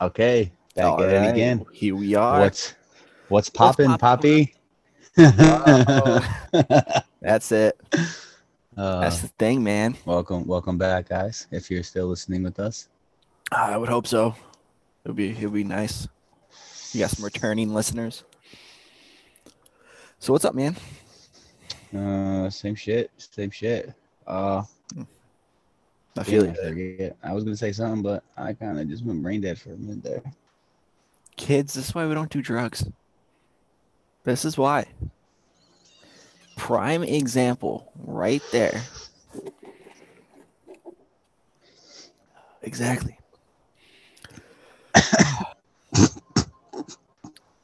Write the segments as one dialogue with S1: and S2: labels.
S1: Okay, back
S2: All
S1: at it
S2: right,
S1: again.
S2: Here we are.
S1: What's what's poppin',
S3: poppin',
S1: Poppy?
S2: Wow. That's it.
S1: uh,
S2: That's the thing, man.
S1: welcome, welcome back, guys. If you're still listening with us,
S2: I would hope so. It'd be it'd be nice. You got some returning listeners. So what's up, man?
S1: uh, same shit, same shit. Uh,
S2: I feel
S1: damn, I
S2: you.
S1: forget. I was gonna say something, but I kind of just went brain dead for a minute there.
S2: Kids, this is why we don't do drugs. This is why. Prime example right there. Exactly.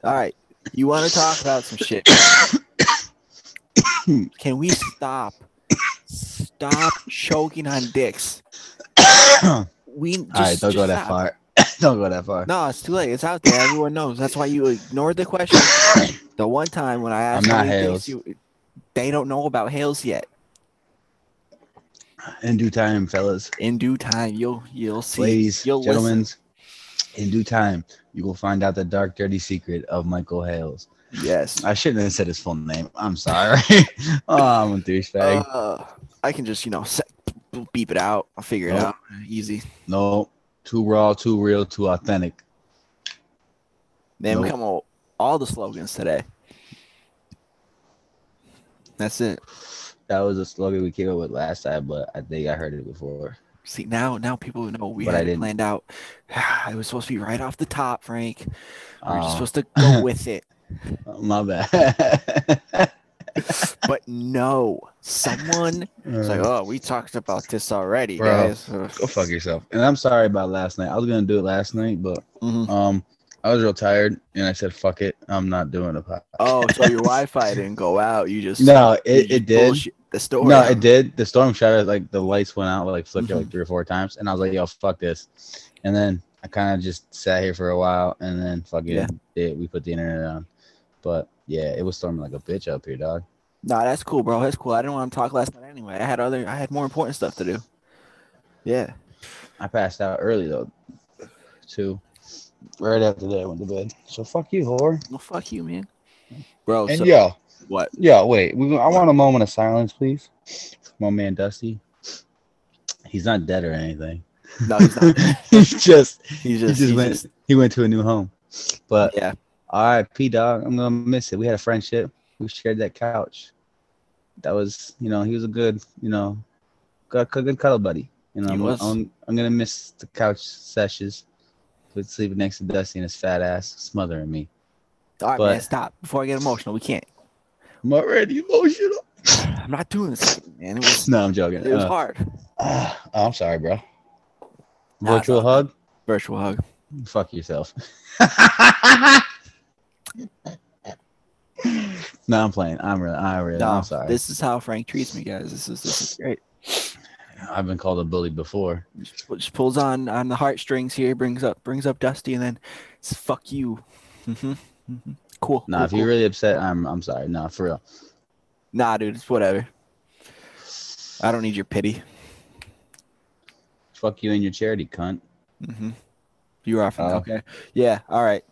S2: All right. You want to talk about some shit. Can we stop? Stop choking on dicks. We just,
S1: All right, don't go
S2: just
S1: that
S2: stop.
S1: far. don't go that far.
S2: No, it's too late. It's out there. Everyone knows. That's why you ignored the question. the one time when I asked,
S1: I'm
S2: how
S1: not
S2: many
S1: Hales.
S2: things you- they don't know about Hales yet.
S1: In due time, fellas,
S2: In due time, you'll you'll see.
S1: ladies,
S2: you'll listen.
S1: gentlemen. In due time, you will find out the dark, dirty secret of Michael Hales.
S2: Yes.
S1: I shouldn't have said his full name. I'm sorry. oh, I'm a douchebag.
S2: Uh, I can just you know set, beep it out. I'll figure it
S1: Nope.
S2: out. Easy.
S1: No, too raw, too real, too authentic.
S2: Man, we
S1: Nope.
S2: come up with all the slogans today. That's it.
S1: That was a slogan we came up with last time, but I think I heard it before.
S2: See now, now people know we
S1: But I
S2: had it
S1: didn't.
S2: planned out. it was supposed to be right off the top, Frank. We We're just
S1: Oh,
S2: supposed to go with it.
S1: my bad.
S2: But no, someone It's like, oh, we talked about this already,
S1: Bro.
S2: guys. Uh,
S1: go fuck yourself. And I'm sorry about last night. I was gonna do it last night, but
S2: mhm.
S1: um, I was real tired, and I said, "Fuck it, I'm not doing a podcast."
S2: Oh, so your Wi-Fi didn't go out. You just
S1: No,
S2: you
S1: it-
S2: just
S1: it did.
S2: bullshit The story.
S1: No, it did. The storm shut it like the lights went out, like flickered
S2: Mhm.
S1: like three or four times, and I was like, "Yo, fuck this." And then I kind of just sat here for a while, and then fucking
S2: Yeah.
S1: it, we put the internet on. But yeah, it was storming like a bitch up here, dog.
S2: No, that's cool, bro. That's cool. I didn't want to talk last night anyway. I had other, I had more important stuff to do. Yeah.
S1: I passed out early though, too. Right after that, I went to bed. So fuck you, whore.
S2: Well, fuck you, man. Bro.
S1: And
S2: Oh, so,
S1: yo,
S2: What?
S1: yo, wait. We, I want a moment of silence, please. My man Dusty. He's not dead or anything.
S2: No, Oh, he's not.
S1: he's just
S2: He's
S1: he
S2: just.
S1: just
S2: he's
S1: went
S2: just-
S1: he went to a new home. But
S2: yeah.
S1: R.I.P. Dog. I'm gonna miss it. We had a friendship. We shared that couch. That was, you know, he was a good, you know, good, good, good cuddle buddy. You know,
S2: He
S1: I'm,
S2: was.
S1: I'm, I'm gonna miss the couch sessions with sleeping next to Dusty and his fat ass smothering me.
S2: All right, man.
S1: but-
S2: Stop before I get emotional. We can't.
S1: I'm already emotional.
S2: I'm not doing this, man. It was.
S1: No, I'm joking.
S2: It was
S1: Uh,
S2: hard.
S1: ah, I'm sorry, bro.
S2: Nah,
S1: Virtual
S2: it's all
S1: hug.
S2: Virtual hug.
S1: Fuck yourself. no, I'm playing. I'm really, I'm really,
S2: No,
S1: I'm sorry.
S2: this is how Frank treats me, guys. This is this is great.
S1: I've been called a bully before.
S2: Just pull- just pulls on on the heartstrings here, brings up brings up Dusty, and then it's fuck you. Mm-hmm. Mm-hmm. Cool.
S1: Nah,
S2: cool,
S1: if you're
S2: cool.
S1: really upset, I'm I'm sorry. Nah, for real.
S2: nah, dude, it's whatever. I don't need your pity.
S1: Fuck you and your charity, cunt.
S2: Mm-hmm. You are from
S1: Oh.
S2: okay. Yeah. All right.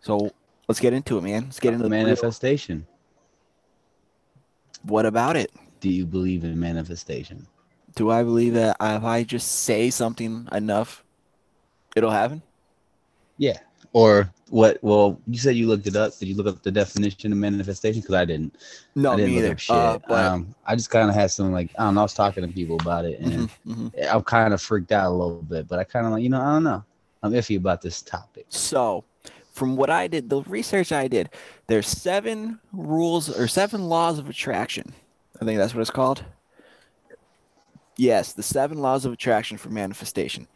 S2: So let's get into it, man. Let's get into the real-
S1: Manifestation.
S2: What about it?
S1: Do you believe in manifestation?
S2: Do I believe that if I just say something enough, it'll happen?
S1: Yeah. Or what? Well, you said you looked it up. Did you look up the definition of manifestation? Because I didn't.
S2: No,
S1: I didn't
S2: me
S1: look
S2: either.
S1: up shit.
S2: Uh, but
S1: um, I just kind of had some like I don't know. I was talking to people about it, and
S2: mhm, mhm.
S1: I'm kind of freaked out a little bit. But I kind of like you know I don't know. I'm iffy about this topic.
S2: So, from what I did, the research I did, there's seven rules or seven laws of attraction. I think that's what it's called. Yes, the seven laws of attraction for manifestation.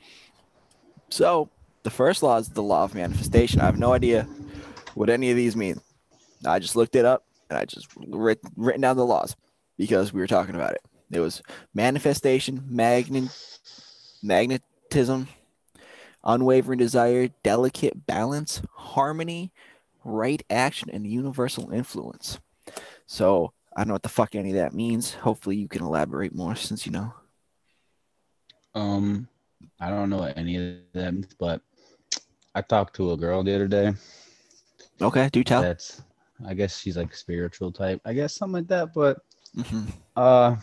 S2: So, the first law is the law of manifestation. I have no idea what any of these mean. I just looked it up and I just writ- written down the laws because we were talking about it. It was manifestation, magnet, magnetism, unwavering desire, delicate balance, harmony, right action, and universal influence. So I don't know what the fuck any of that means. Hopefully you can elaborate more since you know.
S1: Um, I don't know what any of them, but I I talked to a girl the other day.
S2: Okay, do tell.
S1: That's I guess she's like spiritual type. I guess something like that. But
S2: hmm
S1: uh,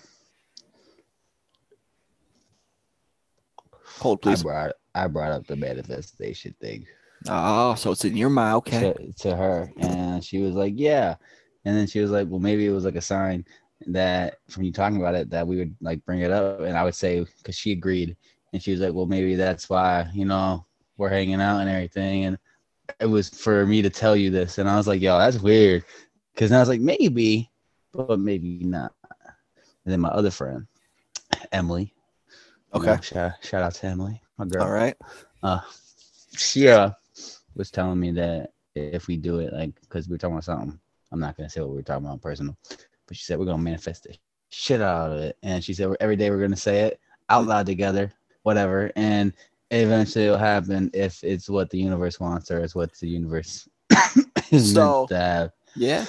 S2: Hold, please.
S1: I brought I brought up the manifestation thing
S2: Oh, so it's in your mind. Okay.
S1: to, to her, and she was like, "Yeah," and then she was like, "Well, maybe it was like a sign that from you talking about it that we would like bring it up." And I would say because she agreed, and she was like, "Well, maybe that's why you know we're hanging out and everything." And it was for me to tell you this, and I was like, "Yo, that's weird," because I was like, "Maybe, but maybe not." And then my other friend, Emily. you
S2: Okay.
S1: know, shout, shout out to Emily, my girl
S2: All right.
S1: she uh, was telling me that if we do it, like, because we were talking about something, I'm not gonna say what we were talking about personal, but she said we're gonna manifest the shit out of it, and she said we're- every day we're gonna say it out loud together, whatever, and eventually it'll happen if it's what the universe wants or it's what the universe is
S2: So-
S1: meant to have.
S2: Yeah.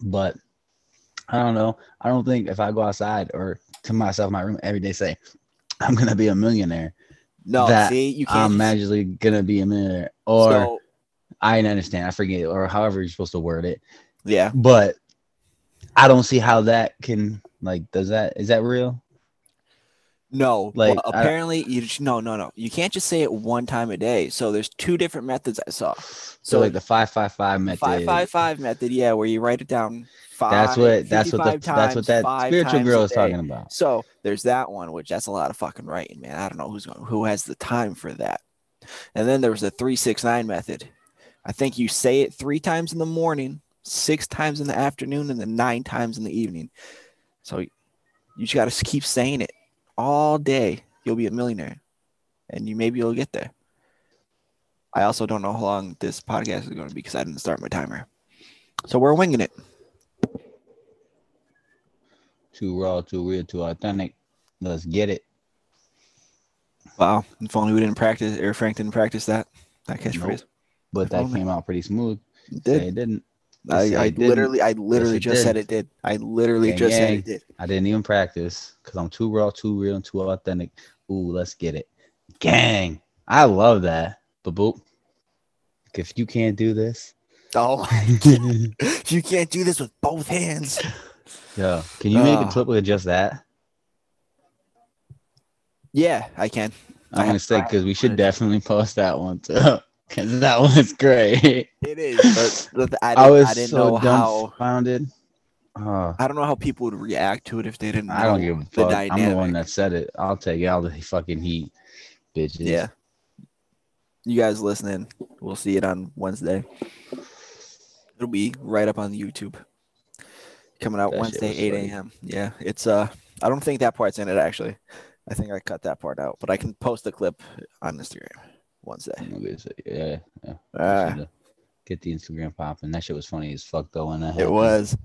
S1: But I don't know. I don't think if I go outside or to myself in my room every day say I'm gonna be a millionaire.
S2: No.
S1: That
S2: see, you can't.
S1: I'm
S2: just-
S1: magically gonna be a millionaire, or
S2: so,
S1: I didn't understand. I forget, or however you're supposed to word it.
S2: yeah.
S1: But I don't see how that can like. Does that is that real?
S2: No,
S1: Like,
S2: well,
S1: I-
S2: apparently you just, no no no. You can't just say it one time a day. So there's two different methods I saw.
S1: So,
S2: So-
S1: like the five five five method.
S2: Five five five method, yeah, where you write it down five.
S1: That's what that's what the
S2: 55
S1: that's what
S2: times,
S1: that
S2: five
S1: spiritual
S2: times
S1: girl
S2: a
S1: is
S2: day.
S1: talking about.
S2: So there's that one, which that's a lot of fucking writing, man. I don't know who's going, who has the time for that. And then there was the three six nine method. I think you say it three times in the morning, six times in the afternoon, and then nine times in the evening. So you just got to keep saying it all day. You'll be a millionaire, and you maybe you'll get there. I also don't know how long this podcast is going to be because I didn't start my timer. So we're winging it.
S1: Too raw, too real, too authentic. Let's get it.
S2: Wow! If only we didn't practice. Eric Frank didn't practice that. That catchphrase.
S1: But that
S2: Oh, man.
S1: came out pretty smooth.
S2: It
S1: They
S2: Did
S1: didn't. Yes,
S2: I,
S1: it
S2: I
S1: didn't.
S2: literally, I literally
S1: it
S2: just
S1: did.
S2: said it did. I literally
S1: Gang,
S2: just said
S1: gang.
S2: it did.
S1: I didn't even practice because I'm too raw, too real, and too authentic. Ooh, let's get it. Gang. I love that. But boop. If you can't do this,
S2: Oh, you can't do this with both hands.
S1: yeah. Can you make a
S2: Ah.
S1: clip with just that?
S2: Yeah, I can.
S1: I'm
S2: I have
S1: gonna say because we should
S2: clips.
S1: definitely post that one too. Cause that one's great.
S2: It is. But, but I, didn't,
S1: I
S2: I
S1: was
S2: didn't
S1: so
S2: know how.
S1: dumbfounded. Oh,
S2: I don't know how people would react to it if they didn't.
S1: I don't
S2: know
S1: give a
S2: the
S1: fuck.
S2: dynamic.
S1: I'm the one that said it. I'll take all the fucking heat, bitches.
S2: Yeah. You guys listening? We'll see it on Wednesday. It'll be right up on YouTube. Coming out
S1: That shit
S2: Wednesday,
S1: was
S2: eight
S1: funny.
S2: a.m. Yeah, it's uh, I don't think that part's in it actually. I think I cut that part out, but I can post the clip on Instagram Wednesday.
S1: I'm gonna say, Yeah. yeah.
S2: Ah,
S1: Should've Get the Instagram popping. That shit was funny as fuck though when that
S2: it
S1: happened.
S2: was.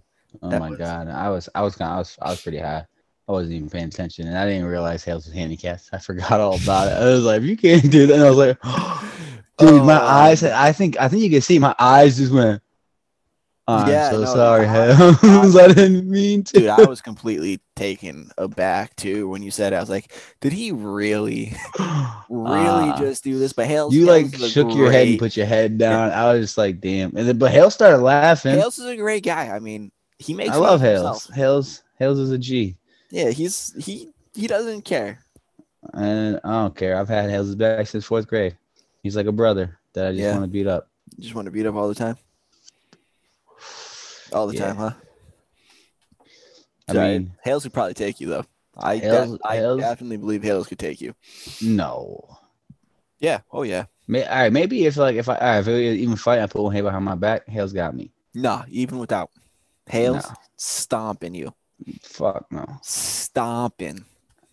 S1: Oh
S2: that
S1: my
S2: was-
S1: god, I was I was kind I was I was pretty high. I wasn't even paying attention, and I didn't realize Hales was handicapped. I forgot all about it. I was like, "You can't do that." And I was like, "Dude, my
S2: Oh.
S1: eyes. had- I think I think you can see my eyes just went." I'm
S2: Yeah,
S1: so
S2: no,
S1: sorry,
S2: I-
S1: Hales. I didn't mean to.
S2: Dude, I was completely taken aback too when you said. it. I was like, did he really, really
S1: Ah.
S2: just do this? But Hales,
S1: you
S2: Hales
S1: like
S2: is a
S1: shook your head and
S2: great-
S1: put your head down. I was just like, "Damn!" And then, but Hales started laughing.
S2: Hales is a great guy. I mean, he makes.
S1: I
S2: fun
S1: love
S2: of himself.
S1: Hales. Hales. Hales is a G.
S2: Yeah, he's he he doesn't care.
S1: And I don't care. I've had Hales' back since fourth grade. He's like a brother that I just
S2: Yeah.
S1: want to beat up.
S2: You just want to beat up all the time. All the
S1: Yeah.
S2: time, huh?
S1: I
S2: Sorry,
S1: mean-
S2: Hales could probably take you though. I def-
S1: Hales-
S2: I
S1: Hales-
S2: definitely believe Hales could take you.
S1: No.
S2: Yeah. Oh yeah.
S1: May, all right, maybe if like if I all right, if we even fight, I put one hand behind my back. Hales got me.
S2: Nah, even without Hales
S1: No.
S2: stomping you,
S1: Fuck no.
S2: stomping.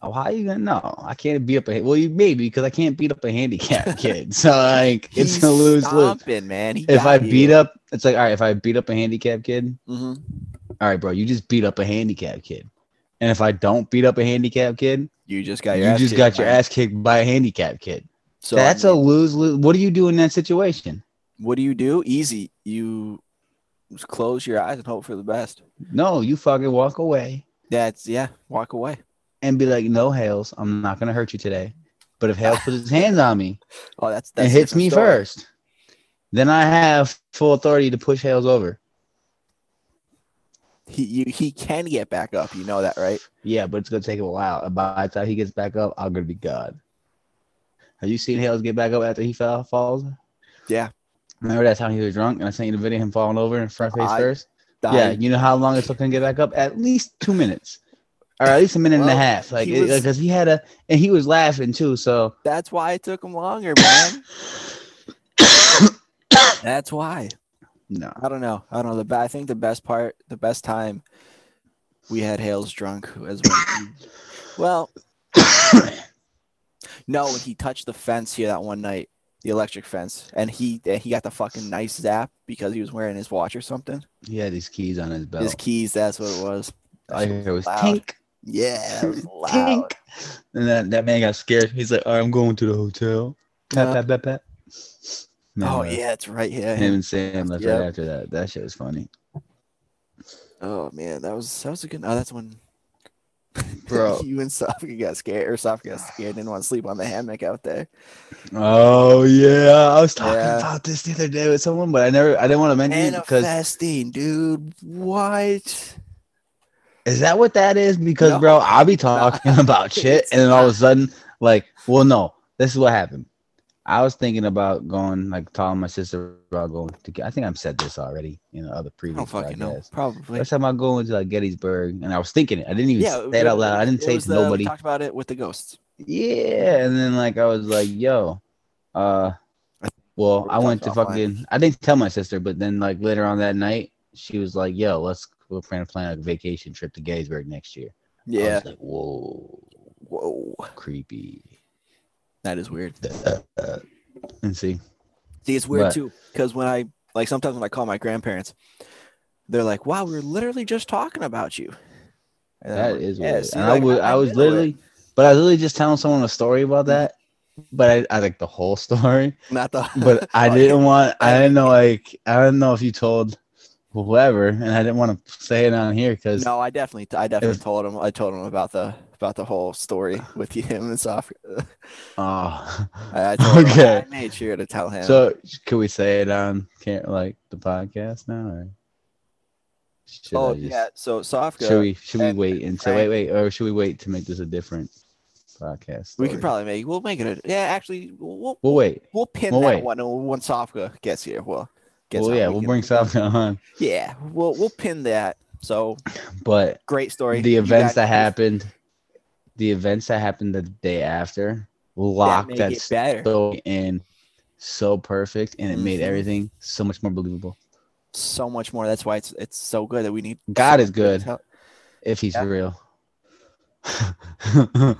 S1: Oh, how you gonna know? I can't beat up a well, you maybe because I can't beat up a handicapped kid. So like it's
S2: He's
S1: a lose lose.
S2: stomping, man. He
S1: If I beat up, it's like all right. If I beat up a handicapped kid,
S2: hmm
S1: all right, bro, you just beat up a handicapped kid. And if I don't beat up a handicapped kid,
S2: you just got your
S1: you
S2: ass
S1: just
S2: kicked,
S1: got your
S2: man.
S1: ass kicked by a handicapped kid.
S2: So
S1: That's
S2: I
S1: a
S2: mean,
S1: lose lose. What do you do in that situation?
S2: what do you do? Easy. You just close your eyes and hope for the best.
S1: No, you fucking walk away
S2: That's yeah. Walk away.
S1: and be like, no, Hales, I'm not going to hurt you today. But if Hales puts his hands on me
S2: Oh, that's that's
S1: and
S2: a
S1: hits
S2: different
S1: me
S2: story.
S1: first, then I have full authority to push Hales over.
S2: He you, he can get back up. You know that, right?
S1: Yeah, but it's gonna take a while. And By the time he gets back up, I'm gonna be God. Have you seen Hales get back up after he fell falls?
S2: Yeah.
S1: Remember that time he was drunk and I sent you the video of him falling over in front face
S2: I-
S1: first? Yeah,
S2: Died.
S1: you know how long it took him to get back up? At least two minutes, or at least a minute and
S2: Well,
S1: a half. Like,
S2: he
S1: because
S2: was-
S1: he, had a, and he was laughing too. So,
S2: That's why it took him longer, man. that's why.
S1: no,
S2: I don't know. I don't know. The be- I think the best part, the best time we had Hales drunk was when he, well, no, when he touched the fence here that one night, the electric fence, and he and he got the fucking nice zap because he was wearing his watch or something.
S1: he had these keys on his belt.
S2: His keys, that's what it was. That
S1: All I
S2: shit
S1: heard was
S2: loud.
S1: tink,
S2: Yeah, that was
S1: tink,
S2: loud.
S1: and that, that man got scared. He's like, "All right, I'm going to the hotel." Pat,
S2: Uh,
S1: pat, pat, pat. Man,
S2: oh
S1: uh,
S2: yeah, that's right. Yeah.
S1: him and Sam left
S2: Yep.
S1: right after that. That shit was funny,
S2: Oh man, that was that was a good. Oh, that's when
S1: bro.
S2: you and Sofka got scared, or Sofka got scared, didn't want to sleep on the hammock out there.
S1: oh yeah, I was talking
S2: Yeah.
S1: about this the other day with someone, but I never, I didn't want to mention it because
S2: Manifesting, dude. What?
S1: Is that what that is? Because,
S2: No,
S1: bro, I'll be
S2: not.
S1: talking about shit,
S2: It's
S1: and then all of a
S2: not.
S1: sudden, like, well, no, this is what happened. I was thinking about going, like, telling my sister about going to. I think I've said this already in the other
S2: I
S1: previous
S2: don't fucking know.
S1: podcast.
S2: Probably.
S1: Let's talk about going to like Gettysburg, and I was thinking it. I didn't even
S2: Yeah,
S1: say it out loud. I didn't
S2: it
S1: say it
S2: was
S1: to
S2: the-
S1: nobody.
S2: We talked about it with the ghosts.
S1: Yeah, and then like I was like, yo, uh, well,
S2: We
S1: I went to
S2: talked offline.
S1: fucking. I didn't tell my sister, but then like later on that night, she was like, yo, let's we're planning to plan a vacation trip to Gettysburg next year. I
S2: Yeah.
S1: was like, whoa,
S2: Whoa,
S1: creepy. Uh,
S2: that is weird.
S1: And see,
S2: See, it's weird
S1: But-
S2: too because when I like sometimes when I call my grandparents, they're like, "Wow, we were literally just talking about you." And I'm
S1: that
S2: like,
S1: is
S2: "Yeah,
S1: weird.
S2: see,
S1: And
S2: like,
S1: I was,
S2: I'm
S1: I was
S2: middle of it."
S1: literally, but I was literally just telling someone a story about that. But I, I like the whole story.
S2: not the
S1: But I
S2: Oh,
S1: didn't want, I didn't know, like, I didn't know if you told whoever, and I didn't want to say it on here because
S2: No, I definitely, I definitely
S1: was-
S2: told him. I told him about the about the whole story with him and stuff.
S1: oh,
S2: I, I told
S1: Okay.
S2: him. I made sure to tell him.
S1: so can we say it on can't like the podcast now? Or should
S2: oh
S1: I just-
S2: yeah. So Sofka,
S1: Should we should we
S2: and-
S1: wait
S2: and
S1: and say wait
S2: Frank.
S1: wait or should we wait to make this a different podcast?
S2: we
S1: story?
S2: can probably make. We'll make it. A, yeah, actually, we'll
S1: We'll wait.
S2: we'll pin
S1: we'll
S2: that
S1: wait.
S2: one once Sofka gets here. We'll gets
S1: Well,
S2: on,
S1: yeah,
S2: we
S1: we'll
S2: can-
S1: bring something on.
S2: Yeah, we'll we'll pin that. So
S1: But
S2: great story.
S1: the
S2: You
S1: events
S2: guys-
S1: that happened, the events that happened the day after,
S2: that
S1: locked
S2: make
S1: that
S2: it better.
S1: story in so perfect, and it made
S2: Mhm.
S1: everything so much more believable.
S2: so much more. That's why it's it's so good that we need.
S1: God is
S2: somebody to
S1: good.
S2: tell-
S1: If he's
S2: Yeah.
S1: real, God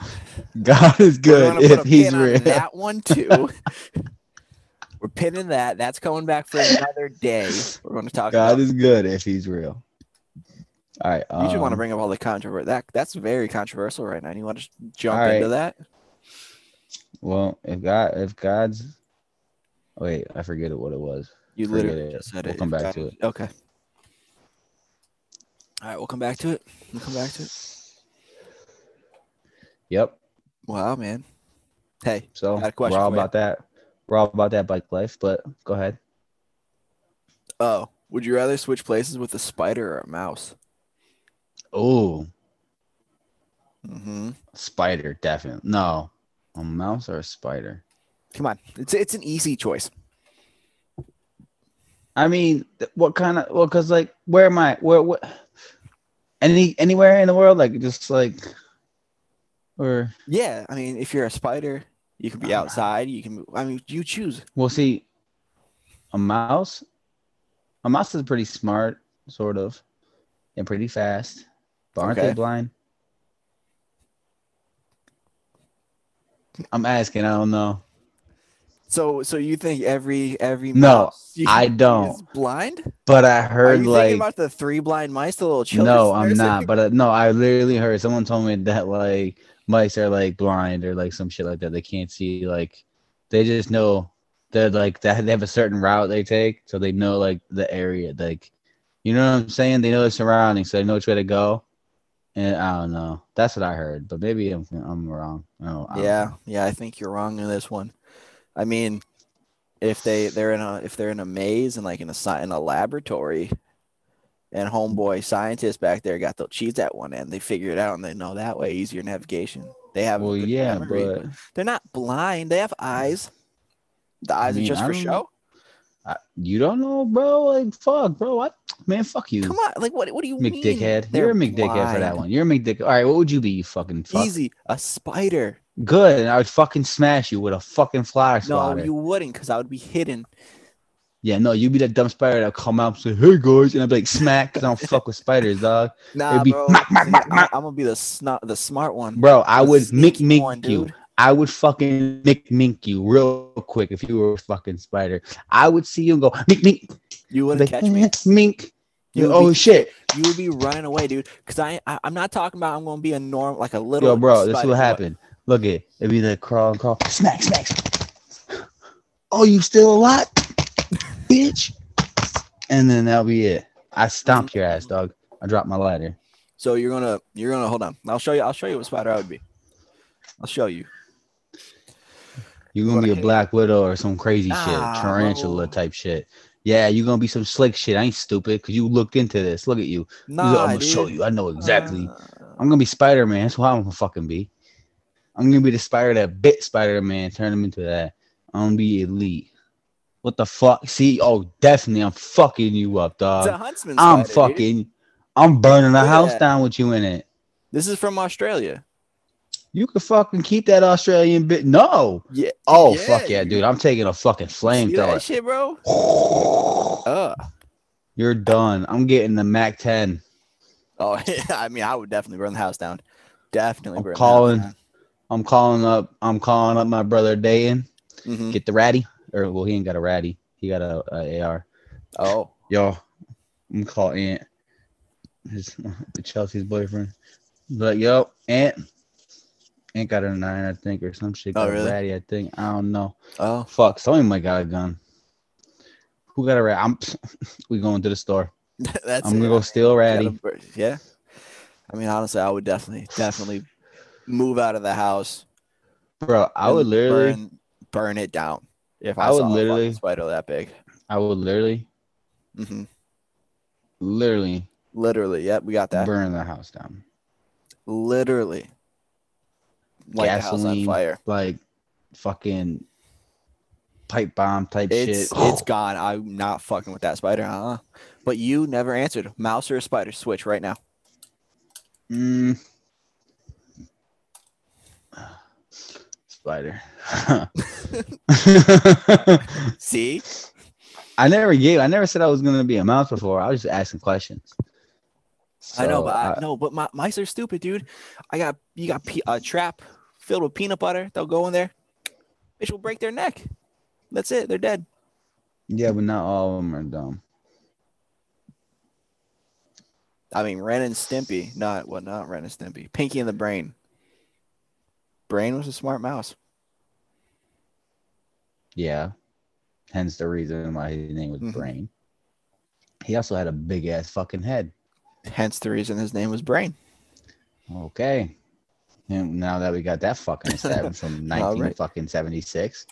S1: is
S2: We're
S1: good
S2: gonna put
S1: if
S2: a
S1: he's
S2: pin on
S1: real.
S2: That one too. We're pinning that. That's coming back for another day. We're going to talk.
S1: God
S2: about.
S1: is good if he's real. All right.
S2: you just want to
S1: um,
S2: bring up all the controversy. That that's very controversial right now. You want to jump
S1: All
S2: into
S1: right.
S2: that?
S1: Well, if God, if God's, wait, I forget what it was.
S2: You
S1: Forget
S2: literally
S1: it.
S2: just said
S1: We'll
S2: it.
S1: come
S2: If
S1: back
S2: that-
S1: to it.
S2: Okay. All right, we'll come back to it. We'll come back to it.
S1: Yep.
S2: Wow, man. Hey,
S1: So
S2: Got a
S1: we're
S2: question
S1: all
S2: for you.
S1: about that. We're all about that bike life. But go ahead.
S2: oh, would you rather switch places with a spider or a mouse?
S1: Oh,
S2: Mm-hmm.
S1: spider, definitely. No, a mouse or a spider.
S2: Come on, it's it's an easy choice.
S1: I mean, th- what kind of? Well, cause like, where am I? Where what? Any anywhere in the world, like just like, or
S2: Yeah, I mean, if you're a spider, you can be
S1: Ah.
S2: outside. You can. I mean, you choose.
S1: we'll see. A mouse. A mouse is pretty smart, sort of, and pretty fast. But aren't they
S2: Okay.
S1: blind? I'm asking. I don't know.
S2: So, so you think every every
S1: No,
S2: mouse you
S1: I
S2: see
S1: don't.
S2: is blind?
S1: But I
S2: Are
S1: heard
S2: you
S1: like
S2: thinking about the three blind mice, the little children?
S1: no, I'm not. But uh, no, I literally heard someone told me that like mice are like blind or like some shit like that. They can't see like they just know they're like that they have a certain route they take, so they know like the area. Like you know what I'm saying? They know the surroundings, so they know which way to go. And I don't know. That's what I heard, but maybe I'm I'm wrong. No, I don't
S2: Yeah, yeah, I think you're wrong in this one. I mean, if they they're in a if they're in a maze and like in a sci- in a laboratory, and homeboy scientists back there got the cheese at one end, they figure it out and they know that way easier navigation. They
S1: know.
S2: have a
S1: Well,
S2: good
S1: yeah,
S2: memory.
S1: but
S2: they're not blind. They have eyes. The eyes
S1: mean,
S2: are just
S1: I
S2: for
S1: don't-
S2: show.
S1: you don't know, bro. Like, fuck, bro. What? Man, fuck you,
S2: Come on, like what what do you mean?
S1: McDickhead.
S2: they're
S1: You're a McDickhead for that
S2: blind?
S1: one. You're a McDick. All right, what would you be? You fucking fuck.
S2: Easy, a spider.
S1: Good, and I would fucking smash you with a fucking fly
S2: No,
S1: swatter.
S2: you wouldn't, because I would be hidden.
S1: Yeah, no, you'd be that dumb spider that'll come out and say, "Hey guys," and I'd be like, "Smack," because I don't fuck with spiders, dog.
S2: Nah,
S1: It'd be
S2: bro.
S1: mack, mack, mack,
S2: I,
S1: mack.
S2: am gonna be the snot, the smart one.
S1: Bro, I
S2: The
S1: would mink
S2: sneaky
S1: mink
S2: one,
S1: you.
S2: dude.
S1: I would fucking mink mink you real quick if you were a fucking spider. I would see you and go mink mink,
S2: You
S1: I'd
S2: wouldn't
S1: be like,
S2: catch me.
S1: mink.
S2: You would
S1: oh
S2: be-
S1: shit,
S2: You would be running away, dude. Because I, I, I'm not talking about I'm gonna be a norm like a little.
S1: yo, bro, this is
S2: spider,
S1: what
S2: but
S1: happened. Look it, it'd be like crawl and crawl, smack smack. Oh, you still alive, bitch? And then that'll be it. I stomp your ass, dog. I drop my lighter.
S2: So you're gonna, you're gonna hold on. I'll show you. I'll show you what spider I would be. I'll show you.
S1: You're gonna
S2: But
S1: be a
S2: hey-
S1: Black Widow or some crazy
S2: Nah,
S1: shit, tarantula
S2: bro.
S1: type shit. Yeah, you're gonna be some slick shit. I ain't stupid because you looked into this. Look at you. He's like,
S2: Nah,
S1: I'm gonna
S2: dude.
S1: show you. I know exactly.
S2: Uh,
S1: I'm gonna be Spider Man. That's what I'm gonna fucking be. I'm gonna be the spider that bit Spider Man, turn him into that. I'm gonna be elite. What the fuck? See, oh, definitely, I'm fucking you up,
S2: it's a
S1: dog.
S2: huntsman.
S1: Um, I'm
S2: spider, dude.
S1: fucking. I'm burning
S2: Look
S1: a
S2: at
S1: house
S2: that.
S1: down with you in it.
S2: This is from Australia.
S1: You could fucking keep that Australian bit. No.
S2: Yeah.
S1: Oh
S2: Yeah,
S1: fuck yeah,
S2: you-
S1: dude! I'm taking a fucking
S2: See that
S1: flamethrower.
S2: shit, bro. Uh,
S1: You're done. I'm getting the Mac 10.
S2: oh, yeah, I mean, I would definitely burn the house down. Definitely
S1: I'm
S2: burn.
S1: calling-
S2: The house
S1: I'm calling up. I'm calling up my brother Dayan.
S2: down. Mhm.
S1: Get the ratty. Or well, he ain't got a ratty. He got a, a AR.
S2: Oh,
S1: Yo, I'm calling Ant. His Chelsea's boyfriend. But yo, Ant. Ant got a nine, I think, or some shit.
S2: Oh,
S1: Got a
S2: really?
S1: ratty, I think. I don't know.
S2: oh,
S1: Fuck, somebody might got a gun. Who got a rat? I'm. we going to the store.
S2: that's.
S1: I'm
S2: it.
S1: gonna go steal ratty.
S2: Gotta bur- Yeah. I mean, honestly, I would definitely, definitely move out of the house.
S1: Bro, I
S2: and
S1: would literally.
S2: burn, burn it down. If
S1: I
S2: I,
S1: would
S2: saw a
S1: literally-
S2: fucking spider that big,
S1: I would literally,
S2: hmm
S1: literally
S2: literally, yep, we got that.
S1: burn the house down.
S2: Literally, like the house on
S1: Gasoline.
S2: fire.
S1: like fucking pipe bomb type
S2: It's
S1: shit.
S2: it's gone. I'm not fucking with that spider. Uh-uh. But you never answered. Mouse or a spider? Switch right now.
S1: Mm. Spider.
S2: See?
S1: I never gave. I never said I was gonna be a mouse before. I was just asking questions.
S2: I know,
S1: So,
S2: but I, no, but my, mice are stupid, dude. I got you got pe- a trap filled with peanut butter. They'll go in there. Bitch will break their neck. That's it. They're dead.
S1: yeah, but not all of them are dumb.
S2: I mean, Ren and Stimpy. Not what? Not Ren and Stimpy. Pinky and the Brain. Brain was a smart mouse.
S1: Yeah, hence the reason why his name was
S2: Mhm.
S1: Brain. He also had a big ass fucking head.
S2: Hence the reason his name was Brain.
S1: Okay. And now that we got that fucking established from
S2: All
S1: nineteen
S2: right.
S1: fucking seventy six,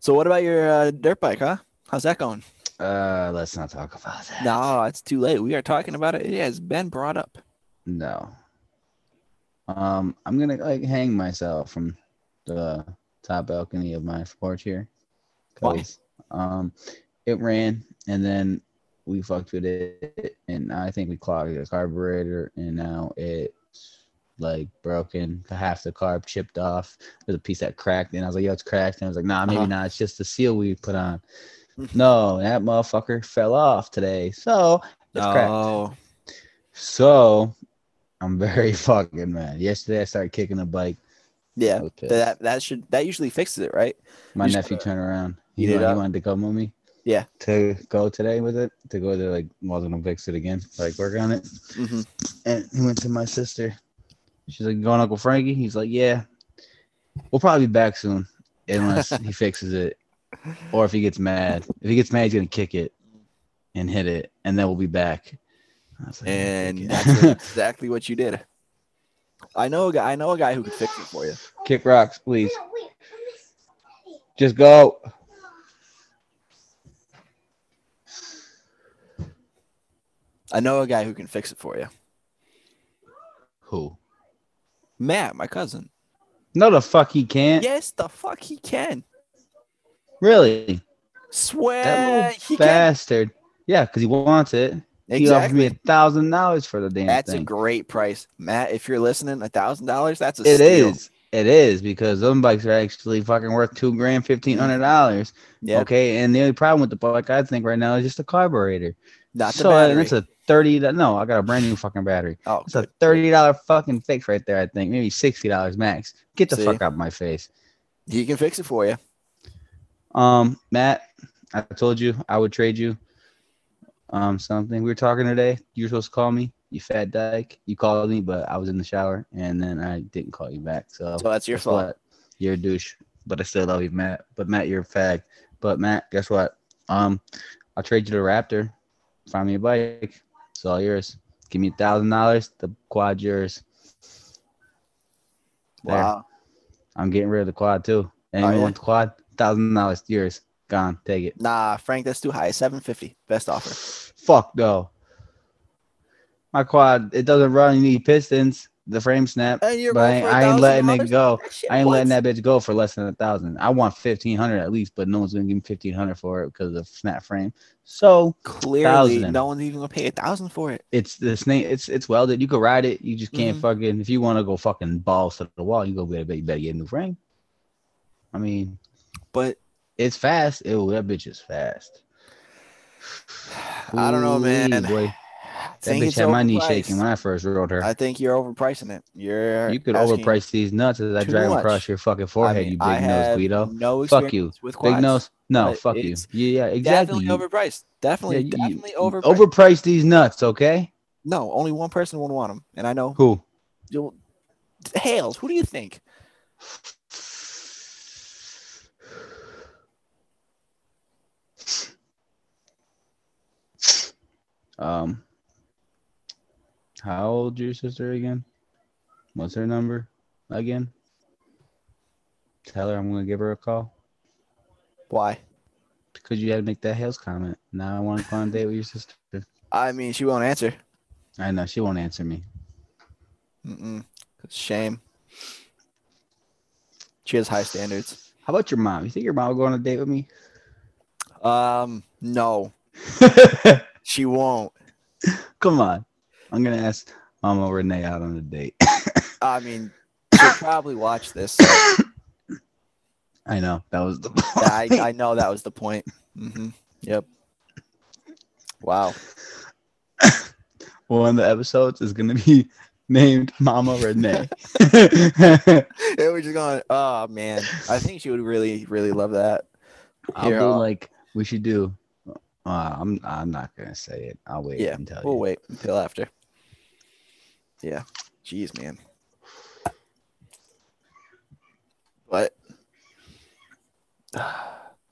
S2: So what about your uh, dirt bike, huh? How's that going?
S1: uh, let's not talk about that.
S2: No, it's too late. We are talking about it. It has been brought up.
S1: No. Um, I'm gonna like hang myself from the top balcony of my porch here.
S2: Why?
S1: 'Cause, Um, it ran and then we fucked with it, and I think we clogged the carburetor, and now it's like broken. Half the carb chipped off. There's a piece that cracked, and I was like, "Yo, it's cracked." And I was like, "Nah, maybe
S2: Uh-huh.
S1: not. It's just the seal we put on." no, that motherfucker fell off today, so it's cracked.
S2: oh,
S1: So I'm very fucking mad. Yesterday I started kicking a bike. I
S2: yeah.
S1: was pissed.
S2: That that should that usually fixes it, right?
S1: My
S2: you should-
S1: nephew turned around.
S2: You
S1: He,
S2: did
S1: wa- he
S2: that?
S1: wanted to come with me.
S2: Yeah.
S1: To go today with it. To go to like wasn't gonna fix it again. Like work on it.
S2: hmm
S1: And he went to my sister. She's like, going Uncle Frankie? He's like, Yeah. We'll probably be back soon. Unless he fixes it. Or if he gets mad. If he gets mad, he's gonna kick it and hit it. And then we'll be back. I was like,
S2: And
S1: "Okay."
S2: that's exactly what you did. I know a guy. I know a guy who could fix it for you.
S1: Kick rocks, please. Just go.
S2: I know a guy who can fix it for you.
S1: Who?
S2: Matt, my cousin.
S1: No, the fuck he can't.
S2: Yes, the fuck he can.
S1: Really?
S2: Swear
S1: That
S2: he
S1: little
S2: can.
S1: bastard. Yeah, because he wants it. He offered
S2: Exactly.
S1: me a thousand dollars for the damn
S2: That's a
S1: thing.
S2: great price, Matt. If you're listening, a thousand dollars. That's a
S1: It
S2: steal.
S1: is. It is because them bikes are actually fucking worth two grand, fifteen hundred dollars.
S2: Yeah,
S1: Okay, and the only problem with the bike I think right now is just the carburetor.
S2: not the
S1: so uh,
S2: battery.
S1: that's a thirty. do- No, I got a brand new fucking battery.
S2: oh,
S1: It's a thirty dollar fucking fix right there. I think maybe sixty dollars max. Get the
S2: See?
S1: fuck out of my face,
S2: he can fix it for you.
S1: um, Matt. I told you I would trade you. Um, something we were talking today. You were supposed to call me. You fat dyke. You called me, but I was in the shower, and then I didn't call you back. So
S2: So that's your
S1: Guess
S2: fault.
S1: what? You're a douche, but I still love you, Matt. But Matt, you're a fag. But Matt, guess what? Um, I'll trade you the Raptor. Find me a bike. It's all yours. Give me a thousand dollars. The quad yours. There.
S2: Wow.
S1: I'm getting rid of the quad too. Anyone
S2: Oh, yeah?
S1: want the quad? Thousand dollars yours. Gone. Take it.
S2: Nah, Frank, that's too high. Seven fifty, best offer.
S1: Fuck no. My quad, it doesn't run. You need pistons. The frame snap.
S2: And you're
S1: But I,
S2: going for
S1: I ain't letting
S2: $1,000?
S1: it go.
S2: That shit
S1: I ain't letting
S2: was-
S1: that bitch go for less than a thousand. I want fifteen hundred at least, but no one's gonna give me fifteen hundred for it because of the snap frame. So
S2: Clearly,
S1: thousand.
S2: no one's even gonna pay a thousand for it.
S1: it's the snake. It's it's welded. You can ride it. You just can't
S2: Mhm.
S1: fucking. If you want to go fucking balls to the wall, you go get it. but You better get a new frame. I mean,
S2: But
S1: it's fast. Ew, that bitch is fast.
S2: I don't know, man.
S1: Ooh-wee, boy.
S2: I
S1: That
S2: think
S1: bitch
S2: it's
S1: had my knee
S2: overpriced.
S1: shaking when I first rode her.
S2: I think you're overpricing it. You're
S1: you could
S2: asking-
S1: overprice these nuts as I
S2: too
S1: drive
S2: much.
S1: across your fucking forehead.
S2: I mean,
S1: you
S2: I
S1: big nose,
S2: have
S1: Guido.
S2: No
S1: Fuck
S2: experience
S1: you.
S2: with
S1: Big
S2: quads.
S1: nose. No,
S2: but
S1: fuck you.
S2: it's
S1: Yeah, yeah, exactly.
S2: Definitely
S1: You-
S2: overpriced. Definitely,
S1: you-
S2: definitely
S1: you
S2: overpriced.
S1: overpriced these nuts, okay?
S2: no, only one person would want them, and I know.
S1: Who?
S2: You'll, Hales, who do you think?
S1: Um, how old your sister again? What's her number again? Tell her I'm gonna give her a call
S2: Why?
S1: because you had to make that Hales comment. Now I want to go on a date with your sister.
S2: I mean, she won't answer.
S1: I know she won't answer me.
S2: Mm-mm. Shame. She has high standards.
S1: How about your mom? You think your mom will go on a date with me?
S2: Um, no, she won't.
S1: Come on, I'm gonna ask Mama Renee out on a date.
S2: I mean, she'll probably watch this. so
S1: I know that was the.
S2: I, I know that was the point. hmm Yep. Wow.
S1: one of the episodes is gonna be named Mama Renee.
S2: They were just going, oh man. I think she would really, really love that.
S1: I'll
S2: Here,
S1: be
S2: I'll-
S1: like, we should do. Uh, I'm I'm not gonna say it. I'll wait
S2: Yeah,
S1: and tell
S2: We'll
S1: you.
S2: wait until after. Yeah. Jeez, man. But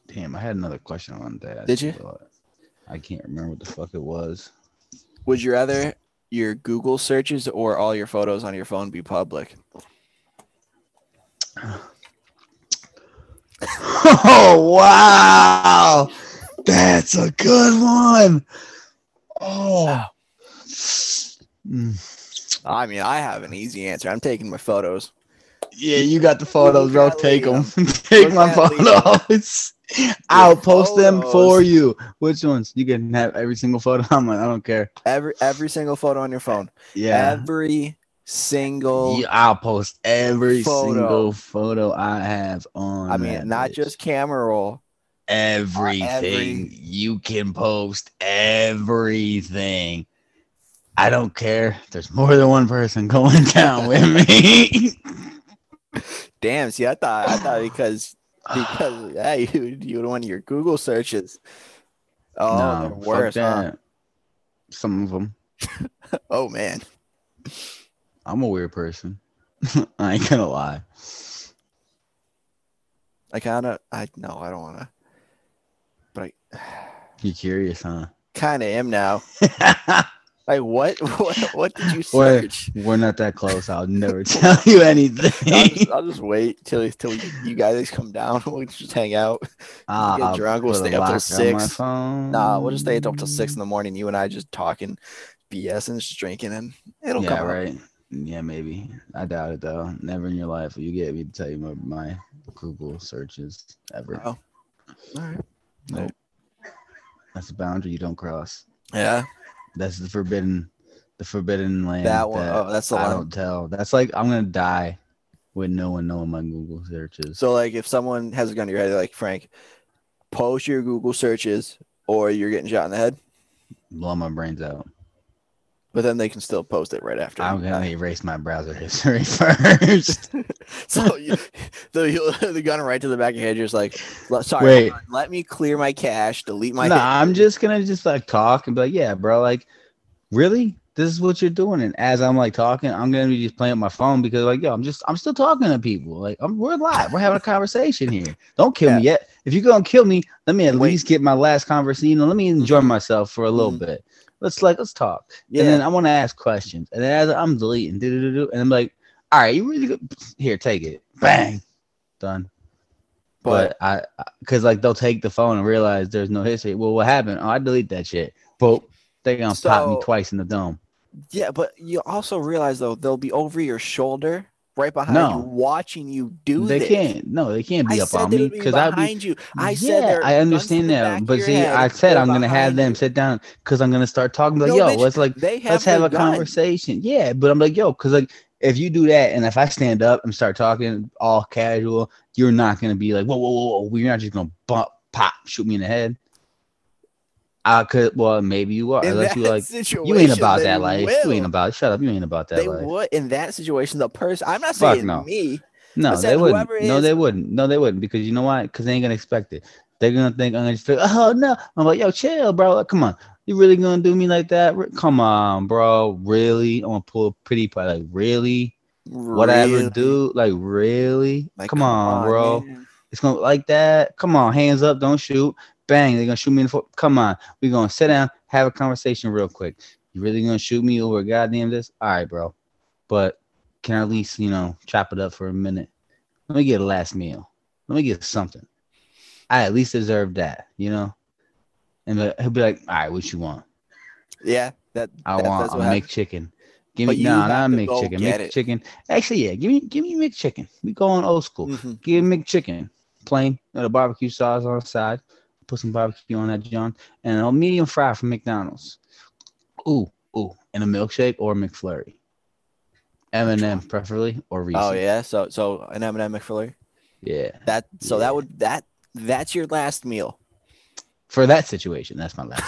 S1: Damn, I had another question on that.
S2: Did you?
S1: I can't remember what the fuck it was.
S2: would you rather your Google searches or all your photos on your phone be public?
S1: Oh wow, that's a good one. Oh. Mm.
S2: I mean, I have an easy answer. I'm taking my photos.
S1: Yeah, you got the photos, bro.
S2: Look at
S1: Take them.
S2: Look
S1: Take my
S2: at Liam.
S1: photos. I'll
S2: Your
S1: post them for
S2: photos.
S1: you. Which ones? You can have every single photo. I'm like, I don't care.
S2: Every every single photo on your phone.
S1: Yeah.
S2: Every single
S1: Yeah, I'll post every
S2: Photo.
S1: single photo I have on.
S2: I mean,
S1: that
S2: not
S1: bitch.
S2: just camera roll.
S1: everything.
S2: every-
S1: You can post everything. I don't care. There's more than one person going down with me.
S2: Damn, see, I thought I thought because because yeah, you you had one of your Google searches. Oh, they're
S1: fuck
S2: worse. huh?
S1: that. Some of them.
S2: Oh man.
S1: I'm a weird person. I ain't gonna lie.
S2: I kind of, I no, I don't want to, but I
S1: You curious, huh?
S2: kind of am now. Like what? What, what did you
S1: Or-
S2: search?
S1: We're not that close. I'll never tell you
S2: I'll
S1: anything.
S2: just, I'll just wait till till you guys come down. We'll just hang out.
S1: Ah,
S2: get
S1: I'll
S2: drunk, we'll
S1: put a
S2: stay up till
S1: lock on my
S2: six.
S1: phone.
S2: Nah, we'll just stay up till six in the morning. You and I just talking, BS and just drinking, and it'll
S1: yeah,
S2: come right.
S1: right. Yeah, maybe. I doubt it though. Never in your life will you get me to tell you my, my Google searches ever.
S2: Oh. All right.
S1: Nope. That's a boundary you don't cross.
S2: Yeah,
S1: That's the forbidden, the forbidden land.
S2: that one. oh, that's the
S1: I
S2: one.
S1: don't tell. That's like I'm gonna die with no one knowing my Google searches.
S2: So like, if someone has a gun to your head, they're like Frank, post your Google searches, or you're getting shot in the head.
S1: Blow my brains out.
S2: But then they can still post it right after.
S1: I'm gonna erase my browser history first.
S2: So you, the you- the gun right to the back of your head, you're just like, "Le- sorry,
S1: Wait.
S2: hold on, let me clear my cache, delete my.
S1: nah, I'm just gonna just like talk and be like, yeah, bro, like, really? This is what you're doing. And as I'm like talking, I'm gonna be just playing with my phone because like, yo, I'm just I'm still talking to people. Like, I'm we're live. We're having a conversation here. Don't kill me yet. If you're gonna kill me, let me at
S2: Wait.
S1: least get my last conversation. You know, let me enjoy
S2: Mhm.
S1: myself for a little
S2: Mhm.
S1: bit. Let's like let's talk.
S2: yeah,
S1: And then I want to ask questions. And then as I'm deleting, do-do-do-do, and I'm like, all right, you really good? Here, take it. Bang. Done.
S2: but
S1: But, I, because like they'll take the phone and realize there's no history. Well, what happened? Oh, I delete that shit. But they're going to pop me
S2: So-
S1: twice in the dome.
S2: yeah, but you also realize though they'll be over your shoulder, right behind
S1: No.
S2: you, watching you do.
S1: They
S2: this.
S1: can't. No, they can't be
S2: I
S1: up
S2: said
S1: on
S2: they'd
S1: me
S2: be
S1: because I'd be.
S2: behind you. I
S1: Yeah,
S2: said
S1: I
S2: they're guns to the
S1: understand
S2: back
S1: that.
S2: of
S1: But
S2: your
S1: see,
S2: head,
S1: I said
S2: they're
S1: I'm going to have
S2: behind
S1: them
S2: you.
S1: sit down because I'm going to start talking. Like,
S2: No,
S1: yo,
S2: bitch,
S1: let's like
S2: They have
S1: let's have
S2: the
S1: a
S2: gun.
S1: conversation. Yeah, but I'm like, yo, because like if you do that and if I stand up and start talking all casual, you're not gonna be like, whoa, whoa, whoa, whoa. you're not just gonna bump, pop, shoot me in the head. I could, well, maybe you are.
S2: In
S1: Unless
S2: that
S1: you like,
S2: situation,
S1: you ain't about
S2: they
S1: that life. You ain't
S2: will.
S1: about. Shut up. You ain't about that
S2: They
S1: life.
S2: would in that situation. The person. I'm not
S1: Fuck
S2: saying
S1: no.
S2: me. I
S1: No,
S2: said
S1: they wouldn't.
S2: whoever
S1: No,
S2: is-
S1: they wouldn't. No, they wouldn't because you know why? Because they ain't gonna expect it. They're gonna think I'm gonna just feel. Oh no! I'm like, yo, chill, bro. Like, come on, you really gonna do me like that? Re- Come on, bro. Really? I'm gonna pull a pretty part. Like, really? Whatever,
S2: Really.
S1: dude. Like, really?
S2: Like,
S1: come, on, bro.
S2: man.
S1: It's gonna like that. Come on, hands up, don't shoot. Bang, they're gonna shoot me in the foot. Come on, we're gonna sit down, have a conversation real quick. You really gonna shoot me over goddamn this? All right, bro. But can I at least, you know, chop it up for a minute? Let me get a last meal. Let me get something. I at least deserve that, you know? And the- he'll be like, all right, what you want?
S2: Yeah, that.
S1: I
S2: that-
S1: want
S2: that's
S1: a
S2: what happened.
S1: McChicken. Give
S2: But
S1: me
S2: you
S1: no,
S2: have
S1: not
S2: to go
S1: McChicken.
S2: get it.
S1: McChicken. Actually, yeah, give me give me McChicken. We going old school.
S2: Mhm.
S1: Give me McChicken, plain, with a barbecue sauce on the side. Put some barbecue on that John, and a medium fry from McDonald's. Ooh, ooh, and a milkshake or a McFlurry. M and M preferably or Reese's.
S2: Oh yeah. So so an M&M McFlurry.
S1: yeah.
S2: That so
S1: Yeah.
S2: that would that that's your last meal.
S1: For that situation, that's my last.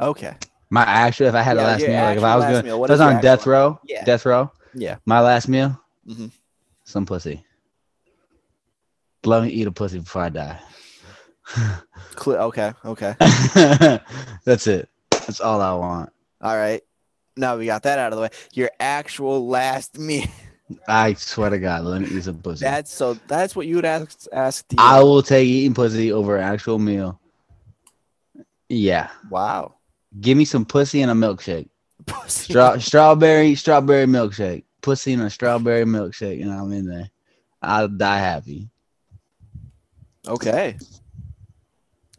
S2: Okay.
S1: my actual, if I had
S2: Yeah,
S1: a last
S2: your
S1: meal, like if
S2: actual
S1: I was
S2: last
S1: going,
S2: meal,
S1: if I
S2: what
S1: was
S2: is your
S1: on
S2: actual
S1: death
S2: last-
S1: row,
S2: Yeah.
S1: death row,
S2: Yeah.
S1: my last meal,
S2: Mhm.
S1: some pussy. Let me eat a pussy before I die.
S2: Cle- okay. Okay.
S1: that's it. That's all I want.
S2: All right. Now we got that out of the way. Your actual last meal.
S1: I swear to God, let me eat some pussy.
S2: That's so. That's what you would ask. Ask. the-
S1: I will take eating pussy over an actual meal. Yeah,
S2: Wow.
S1: give me some pussy and a milkshake.
S2: Pussy.
S1: Straw- strawberry, strawberry milkshake. Pussy and a strawberry milkshake, and I'm in there. I'll die happy.
S2: Okay.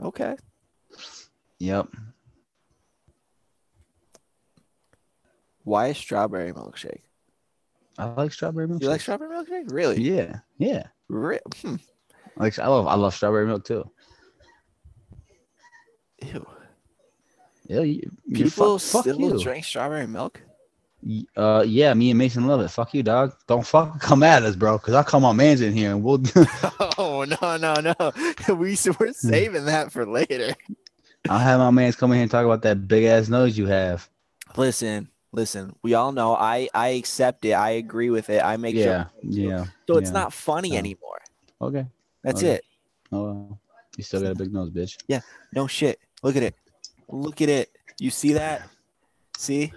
S2: Okay.
S1: Yep.
S2: Why strawberry milkshake?
S1: I like strawberry milkshake.
S2: You like strawberry milkshake? Really?
S1: Yeah, yeah.
S2: Re- hmm.
S1: Like I love, I love strawberry milk too.
S2: Ew.
S1: Yeah, you, you-
S2: People
S1: fuck, fuck
S2: still
S1: you.
S2: drink strawberry milk?
S1: Y- Uh, yeah, me and Mason love it. Fuck you, dog. Don't fuck come at us, bro, because I'll call my man's in here and we'll.
S2: Oh no no no! We s-
S1: Hmm.
S2: we're saving that for later.
S1: I'll have my man's come in here and talk about that big ass nose you have.
S2: Listen, listen. We all know. I I accept it. I agree with it. I make
S1: yeah,
S2: sure.
S1: yeah.
S2: So it's
S1: yeah.
S2: not funny
S1: Yeah.
S2: anymore.
S1: Okay.
S2: That's
S1: Okay.
S2: it.
S1: Oh, well. you still got a big nose, bitch.
S2: No shit. Look at it. Look at it. You see that? See?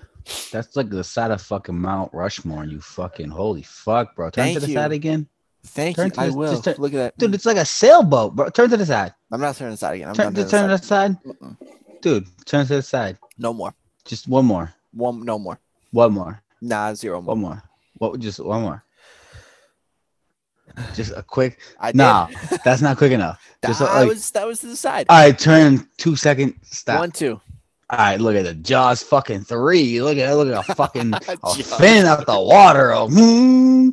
S1: That's like the side of fucking Mount Rushmore. You fucking holy fuck, bro. Turn
S2: Thank
S1: to the
S2: you.
S1: side again,
S2: Thank
S1: Turn
S2: you.
S1: to
S2: I
S1: this-
S2: will.
S1: just turn-
S2: Look at that.
S1: dude. It's like a sailboat, bro. Turn to the side.
S2: I'm not turning this out again. I'm
S1: Turn,
S2: not
S1: just
S2: turning
S1: turn to
S2: this
S1: the side,
S2: out. Mm-mm.
S1: dude. Turn to the side.
S2: No more.
S1: Just one more.
S2: One, no more.
S1: One more.
S2: Nah, zero more.
S1: One more. What? Just one more. Just a quick.
S2: I did.
S1: No, that's not quick enough.
S2: that
S1: just like-
S2: was that was the side.
S1: All right, turn two second stop.
S2: One, two.
S1: All right, look at the Jaws fucking three. Look at look at a fucking a
S2: Jaws.
S1: fin out the water. Oh, hmm.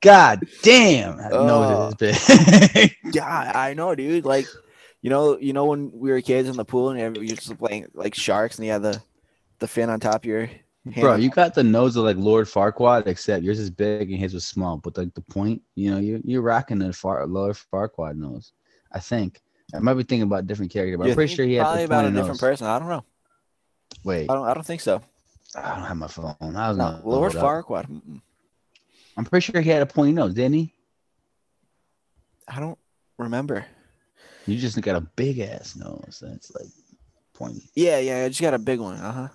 S1: God damn! I know
S2: Oh.
S1: this big.
S2: Yeah, I know, dude. Like, you know, you know when we were kids in the pool and every- you're just playing like sharks and you had the the fin on top of your hand.
S1: Bro, you got the nose of like Lord Farquaad, except yours is big and his was small. But like the point, you know, you you're rocking the Far Lord Farquaad nose. I think I might be thinking about a different character, but
S2: You
S1: I'm pretty
S2: think
S1: sure he had
S2: probably
S1: the
S2: about a
S1: pointed
S2: different
S1: nose.
S2: person. I don't know.
S1: Wait,
S2: I don't. I don't think so.
S1: I don't have my phone. I was
S2: No,
S1: not
S2: Lord Farquaad. mm-mm.
S1: I'm pretty sure he had a pointy nose, didn't he?
S2: I don't remember.
S1: You just got a big ass nose that's like pointy.
S2: Yeah, yeah. I just got a big one. Uh huh.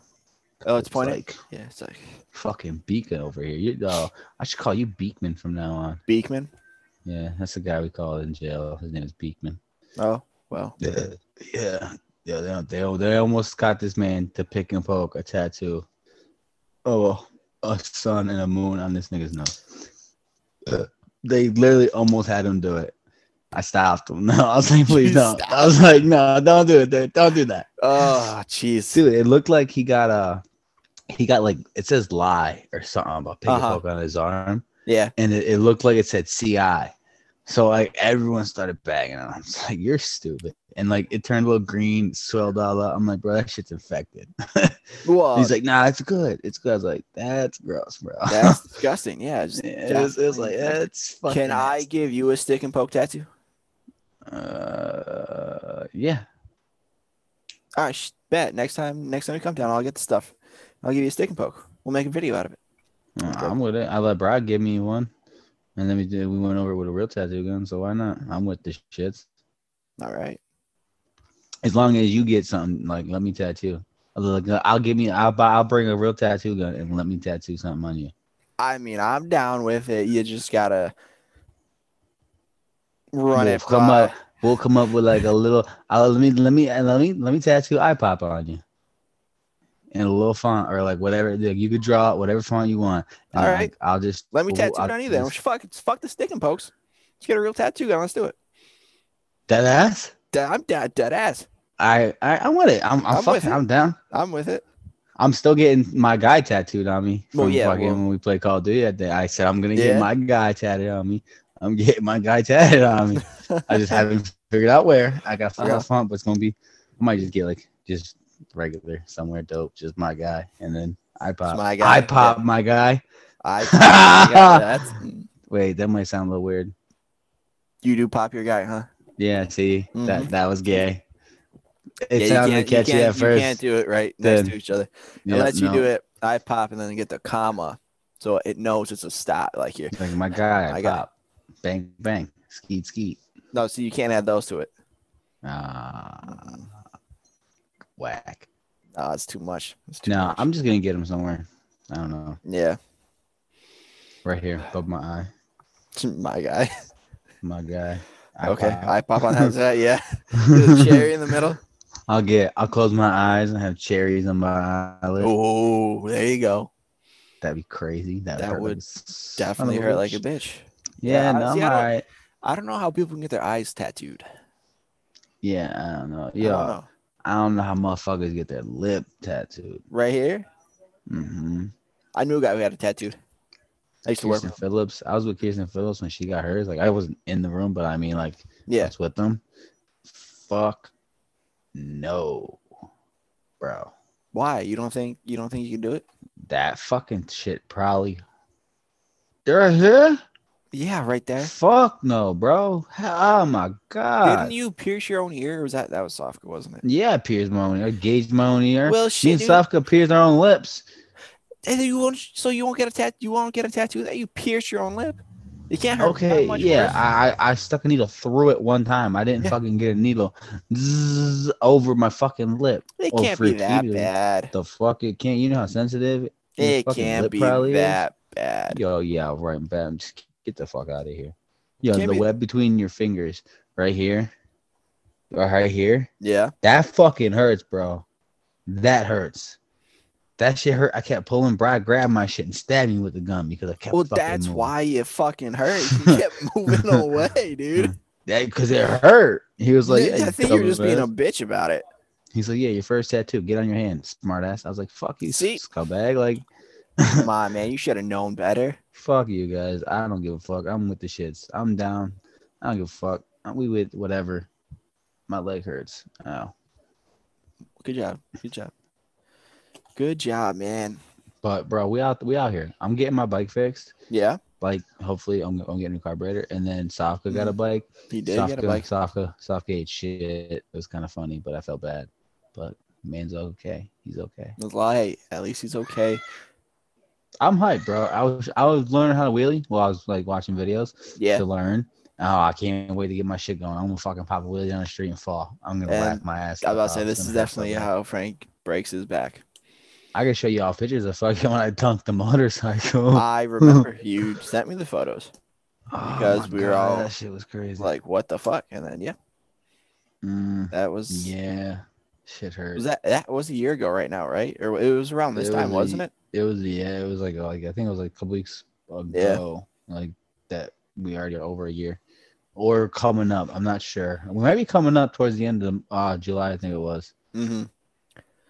S2: Oh, it's pointed.
S1: like
S2: yeah, it's like
S1: fucking Beacon over here. You, uh, I should call you Beekman from now on.
S2: Beekman.
S1: Yeah, that's the guy we call in jail. His name is Beekman.
S2: Oh, well.
S1: Yeah, yeah, yeah. They don't- they don't- they almost got this man to pick and poke a tattoo. Oh, a sun and a moon on this nigga's nose. Uh, They literally almost had him do it. I stopped him. No, I was like, please
S2: You
S1: don't.
S2: stopped.
S1: I was like, no, don't do it. dude. Don't do that.
S2: Oh, jeez.
S1: Dude, it looked like he got a. He got like it says lie or something about pick
S2: Uh-huh.
S1: and poke on his arm
S2: Yeah.
S1: and it, it looked like it said CI. So like everyone started bagging on him. It's like you're stupid, and like it turned a little green, swelled all up. I'm like, bro, that shit's infected.
S2: Well,
S1: He's like, nah, it's good, it's good. I was like, that's gross, bro.
S2: that's disgusting. Yeah. Just,
S1: Yeah, it's, it's like that's fucking.
S2: Can I give you a stick and poke tattoo?
S1: Uh, yeah.
S2: All right, sh- bet. Next time, next time you come down, I'll get the stuff. I'll give you a stick and poke. We'll make a video out of it.
S1: Uh,
S2: Okay.
S1: I'm with it. I let Brad give me one, and then we did. We went over it with a real tattoo gun, so why not? I'm with the shits.
S2: All right.
S1: As long as you get something, like let me tattoo. I'll, like, uh, I'll give me. I'll buy. I'll bring a real tattoo gun and let me tattoo something on you.
S2: I mean, I'm down with it. You just gotta run
S1: we'll
S2: it.
S1: come
S2: by-
S1: up. We'll come up with like a little. I'll, let me. Let me. Let me. Let me tattoo iPop on you. And a little font or like whatever. Like you could draw whatever font you want. And
S2: All
S1: like,
S2: right.
S1: I'll just
S2: Let me
S1: we'll-
S2: tattoo
S1: I'll
S2: it on you then.
S1: just-
S2: Fuck, fuck the stick and pokes. Let's get a real tattoo gun. Let's do it.
S1: Dead ass.
S2: Da- I'm dead, dead ass.
S1: I I I'm with it. I'm I'm,
S2: I'm with
S1: fucking,
S2: it.
S1: I'm down.
S2: I'm with it.
S1: I'm still getting my guy tattooed on me.
S2: Well,
S1: From
S2: yeah,
S1: fucking
S2: well-
S1: when we play Call of Duty that day, I said I'm gonna
S2: Yeah.
S1: get my guy tatted on me. I'm getting my guy tatted on me. I just haven't figured out where. I got to figure
S2: Uh-huh.
S1: out font, but it's gonna be. I might just get like just regular somewhere dope, just my guy, and then I pop.
S2: my guy,
S1: I pop
S2: yeah.
S1: my guy.
S2: I yeah, that's mm,
S1: Wait, that might sound a little weird.
S2: you do pop your guy, huh?
S1: Yeah, see
S2: Mhm.
S1: that that was gay. It
S2: Yeah, you
S1: sounded
S2: can't- you
S1: catchy
S2: can't-
S1: at first.
S2: You can't do it right next
S1: Then-
S2: to each other.
S1: Yep,
S2: unless you
S1: no.
S2: do it I pop and then get the comma so it knows it's a stop like here.
S1: It's like my guy,
S2: I
S1: I
S2: got it.
S1: pop. Bang bang, skeet skeet.
S2: No, so you can't add those to it.
S1: Ah, whack.
S2: No, it's too much. It's too
S1: No,
S2: much.
S1: I'm just gonna get him somewhere. I don't know,
S2: yeah,
S1: right here above my eye,
S2: my guy.
S1: my guy. I
S2: okay,
S1: pop.
S2: I pop on that side. Yeah, the cherry in the middle.
S1: I'll get. I'll close my eyes and have cherries on my eyelid.
S2: Oh, there you go.
S1: That'd be crazy. That,
S2: That
S1: hurt
S2: would
S1: like a son of
S2: Definitely
S1: a
S2: hurt like a
S1: bitch.
S2: bitch.
S1: Yeah,
S2: Yeah,
S1: no, I'm
S2: see, I don't-
S1: alright.
S2: I don't know how people can get their eyes tattooed.
S1: Yeah, I don't know.
S2: I don't
S1: Yeah, I don't know,
S2: know.
S1: how motherfuckers get their lip tattooed.
S2: right here.
S1: Mm-hmm.
S2: I knew a guy who had it tattooed. I used to work.
S1: Kirsten
S2: With him.
S1: Phillips. I was with Kirsten Phillips when she got hers. Like I wasn't in the room, but I mean, like
S2: Yeah,
S1: that's with them. Fuck no, bro.
S2: why? You don't think you don't think you can do it?
S1: That fucking shit probably. They're here?
S2: Yeah, right there.
S1: Fuck no, bro. Oh my god.
S2: Didn't you pierce your own ear? Or was that that was Sofka, wasn't it?
S1: yeah, I pierced my own ear. Gauged my own ear.
S2: Well,
S1: she and
S2: shit, dude.
S1: Safka pierced our own lips.
S2: And you won't, so you won't get a tattoo. You won't get a tattoo that you pierce your own lip. You can't hurt.
S1: Okay,
S2: that much
S1: yeah,
S2: worse.
S1: I, I I stuck a needle through it one time. I didn't
S2: Yeah.
S1: fucking get a needle Zzz, over my fucking lip.
S2: it
S1: oh,
S2: can't be
S1: freak,
S2: that
S1: you do.
S2: bad.
S1: The fuck it can't. You know how sensitive your
S2: It
S1: fucking
S2: can't
S1: lip
S2: be
S1: probably is?
S2: that bad.
S1: Yo, yeah, right, bam. Just get the fuck out of here. Yo,
S2: Can't
S1: the
S2: be-
S1: web between your fingers, right here, or right here,
S2: Yeah,
S1: that fucking hurts, bro. That hurts. That shit hurt. I kept pulling. Brad grabbed my shit and stabbed me with the gun because I kept.
S2: Well,
S1: fucking
S2: that's
S1: moving.
S2: why it fucking hurt. You kept moving away, dude.
S1: because it hurt. He was like,
S2: N-
S1: yeah,
S2: I think you were
S1: dumbass."
S2: just being a bitch about it.
S1: He's like, yeah, your first tattoo. Get on your hand, smart ass. I was like, fuck you,
S2: See?
S1: scumbag. Like,
S2: Come on, man. You should have known better.
S1: fuck you guys. I don't give a fuck. I'm with the shits. I'm down. I don't give a fuck. I'm- We with whatever. My leg hurts. Oh,
S2: Good job. Good job. Good job, man.
S1: but bro, we out. We out here. I'm getting my bike fixed.
S2: Yeah,
S1: Like, hopefully, I'm, I'm getting a new carburetor. And then Sofka got a bike.
S2: Mm. he did
S1: Sofka,
S2: get a bike.
S1: Sofka, Sofka ate shit. It was kind of funny, but I felt bad. But man's okay. He's okay.
S2: I was like, hey, at least he's okay.
S1: I'm hyped, bro. I was I was learning how to wheelie while I was like watching videos
S2: Yeah.
S1: to learn. Oh, I can't wait to get my shit going. I'm gonna fucking pop a wheelie down the street and fall. I'm gonna
S2: And
S1: whack my ass.
S2: I was
S1: up,
S2: about to say,
S1: dog.
S2: this
S1: It's
S2: is
S1: gonna hurt so
S2: definitely
S1: bad.
S2: how Frank breaks his back.
S1: I can show you all pictures of fucking when I dunked the motorcycle.
S2: I remember you sent me the photos.
S1: Oh
S2: because
S1: my
S2: we were all,
S1: that shit was crazy.
S2: Like, what the fuck? And then, yeah,
S1: Mm,
S2: that was.
S1: yeah, shit hurt.
S2: Was that that was a year ago right now, right? Or it was around this
S1: It
S2: time,
S1: was a-
S2: wasn't it?
S1: it was yeah, it was like like I think it was like a couple weeks ago. Like that we already are over a year. Or coming up, I'm not sure. We might be coming up towards the end of uh, July, I think it was.
S2: hmm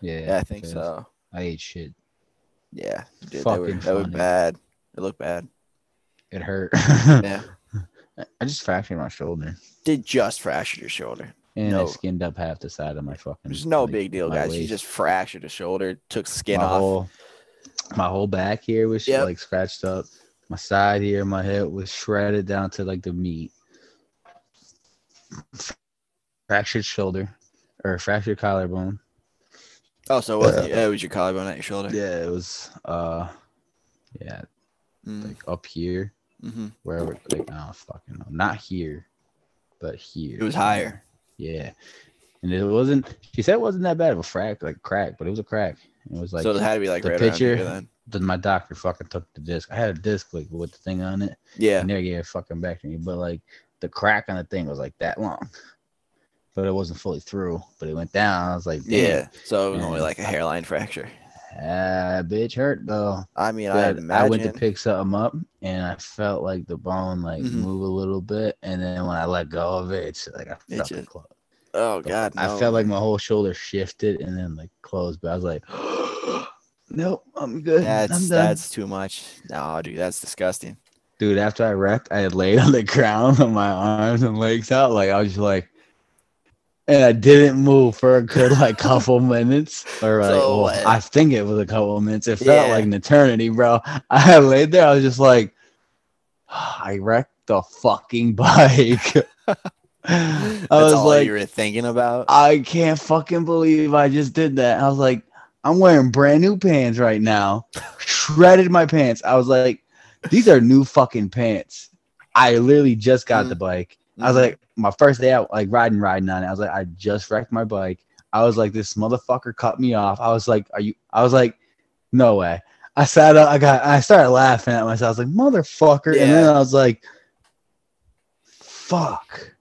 S1: Yeah,
S2: Yeah, I think
S1: it is.
S2: so.
S1: I ate shit.
S2: Yeah, dude, they were,
S1: Fucking
S2: they were
S1: funny.
S2: bad. It looked bad.
S1: It hurt.
S2: Yeah,
S1: I just fractured my shoulder,
S2: did just fracture your shoulder.
S1: and I
S2: No.
S1: skinned up half the side of my fucking.
S2: There's no
S1: like,
S2: big deal,
S1: my
S2: guys. You
S1: waist.
S2: just fractured a shoulder, took skin
S1: my
S2: off.
S1: Whole, my whole back here was
S2: Yep.
S1: like scratched up. My side here, my hip was shredded down to like the meat. Fractured shoulder, or fractured collarbone.
S2: Oh, so it wasn't it was your collarbone, not your shoulder.
S1: Yeah, it was. Uh, yeah, like up here,
S2: Mm-hmm.
S1: wherever. Like I don't fucking know. Not here, but here.
S2: It was higher.
S1: Yeah. And it wasn't she said it wasn't that bad of a crack, like crack, but it was a crack. It was like
S2: so it had to be like
S1: the
S2: right around here
S1: picture-
S2: then.
S1: then my doctor fucking took the disc. I had a disc like with the thing on it.
S2: Yeah.
S1: And they gave it fucking back to me. But like the crack on the thing was like that long. But it wasn't fully through. But it went down. I was like,
S2: Yeah.
S1: Damn,
S2: So it was only
S1: Yeah.
S2: like a hairline fracture.
S1: yeah, bitch hurt though.
S2: I mean, I
S1: But I went to
S2: imagine.
S1: pick something up and I felt like the bone like
S2: Mhm.
S1: move a little bit. And then when I let go of it, it's like I
S2: It
S1: fucking
S2: just-
S1: closed.
S2: oh God,
S1: I
S2: no.
S1: felt like my whole shoulder shifted and then like closed, but I was like, nope, I'm good. I'm
S2: that's
S1: done.
S2: that's too much. No, dude, that's disgusting.
S1: Dude, after I wrecked, I had laid on the ground with my arms and legs out. Like, I was just like, and I didn't move for a good like couple minutes. Or like,
S2: So,
S1: well,
S2: uh,
S1: I think it was a couple minutes. It felt
S2: yeah.
S1: like an eternity, bro. I laid there. I was just like, I wrecked the fucking bike. I
S2: That's
S1: was
S2: all
S1: like,
S2: you were thinking about.
S1: I can't fucking believe I just did that. I was like, I'm wearing brand new pants right now. Shredded my pants. I was like, these are new fucking pants. I literally just got the bike. I was
S2: Mm-hmm. Mm.
S1: like, my first day out, like riding, riding on it. I was like, I just wrecked my bike. I was like, this motherfucker cut me off. I was like, are you? I was like, no way. I sat up. I got. I started laughing at myself. I was like, motherfucker. And then
S2: Yeah.
S1: I was like, fuck.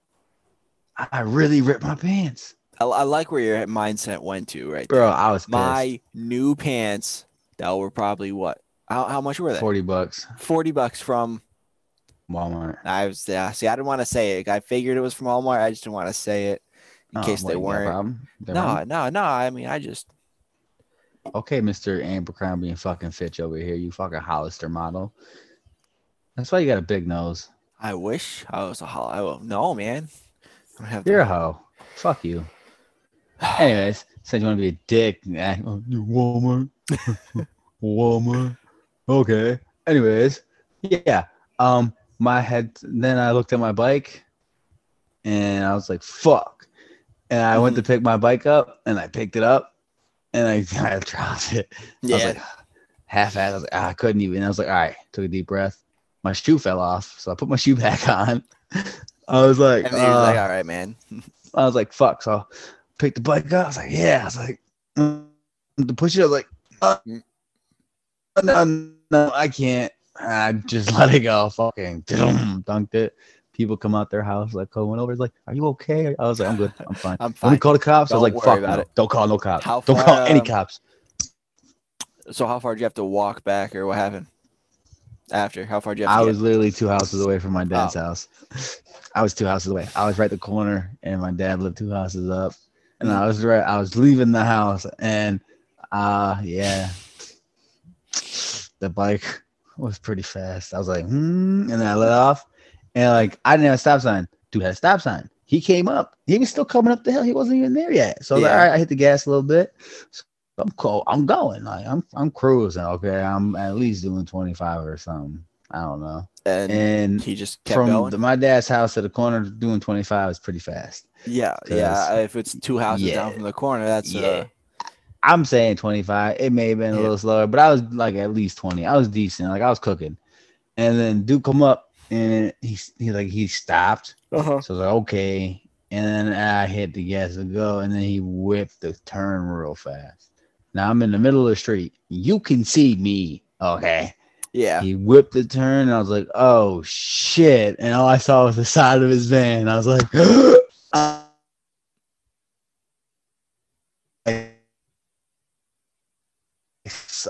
S1: I really ripped my pants.
S2: I, I like where your mindset went to right
S1: Bro,
S2: there.
S1: I was
S2: My
S1: my
S2: new pants that were probably what? How, how much were they? 40.
S1: forty bucks
S2: bucks from
S1: Walmart.
S2: I was yeah, see I didn't want to say it. I figured it was from Walmart. I just didn't want to say it in
S1: Oh,
S2: case
S1: what,
S2: they
S1: you got a
S2: weren't.
S1: problem? They
S2: No,
S1: weren't?
S2: no, no. I mean I just
S1: Okay, Mister Abercrombie and fucking Fitch over here. You fucking Hollister model. That's why you got a big nose.
S2: I wish I was a hol I will no man. I don't have the-
S1: You're a hoe. Fuck you. Anyways, since you want to be a dick, eh, oh, you Walmart, Walmart. Okay. Anyways, yeah. Um, my head. Then I looked at my bike, and I was like, "Fuck!" And I went to
S2: Mm-hmm.
S1: pick my bike up, and I picked it up, and I, I dropped it. I was
S2: yeah.
S1: like, half ass. I, was like, "Ah, I couldn't even. I was like, all right, took a deep breath. My shoe fell off, so I put my shoe back on. I was like,
S2: and then he was
S1: "Uh,
S2: like, all right, man.
S1: I was like, fuck. So I picked the bike up. I was like, yeah. I was like, mm, to push it. I was like, uh, no, no, I can't. I just let it go. Fucking dunked it. People come out their house, like, coming over. It's like, are you okay? I was like, I'm good. I'm fine.
S2: I'm
S1: Let me
S2: fine.
S1: call the cops. I
S2: Don't
S1: was like,
S2: worry
S1: fuck
S2: about
S1: no.
S2: it.
S1: Don't call no cops.
S2: How
S1: Don't
S2: far,
S1: call any
S2: um,
S1: cops.
S2: So how far did you have to walk back, or what happened after? How far did you have
S1: I
S2: to
S1: was literally two houses away from my
S2: Oh.
S1: dad's house. I was two houses away. I was right the corner, and my dad lived two houses up. And I was right. I was leaving the house, and uh yeah, the bike was pretty fast. I was like, hmm, and then I let off, and like I didn't have a stop sign. Dude had a stop sign. He came up. He was still coming up the hill. He wasn't even there yet. So I was like,
S2: Yeah.
S1: all right, I hit the gas a little bit. I'm cool. I'm going. Like I'm I'm cruising. Okay, I'm at least doing 25 or something. I don't know.
S2: get? And,
S1: And
S2: he just kept
S1: from
S2: going.
S1: the, my dad's house to the corner doing 25 is pretty fast.
S2: yeah,
S1: 'cause-
S2: yeah. If it's two houses
S1: Yeah.
S2: down from the corner, that's
S1: Yeah.
S2: uh,
S1: I'm saying 25. It may have been a
S2: Yeah.
S1: little slower, but I was like at least 20. I was decent. Like I was cooking. And then Duke come up and he he like he stopped.
S2: uh-huh.
S1: So I was like okay. And then I hit the gas to go, and then he whipped the turn real fast. Now I'm in the middle of the street. You can see me. Okay.
S2: yeah.
S1: He whipped the turn, and I was like, "Oh shit!" And all I saw was the side of his van. I was like,
S2: Uh,
S1: ah.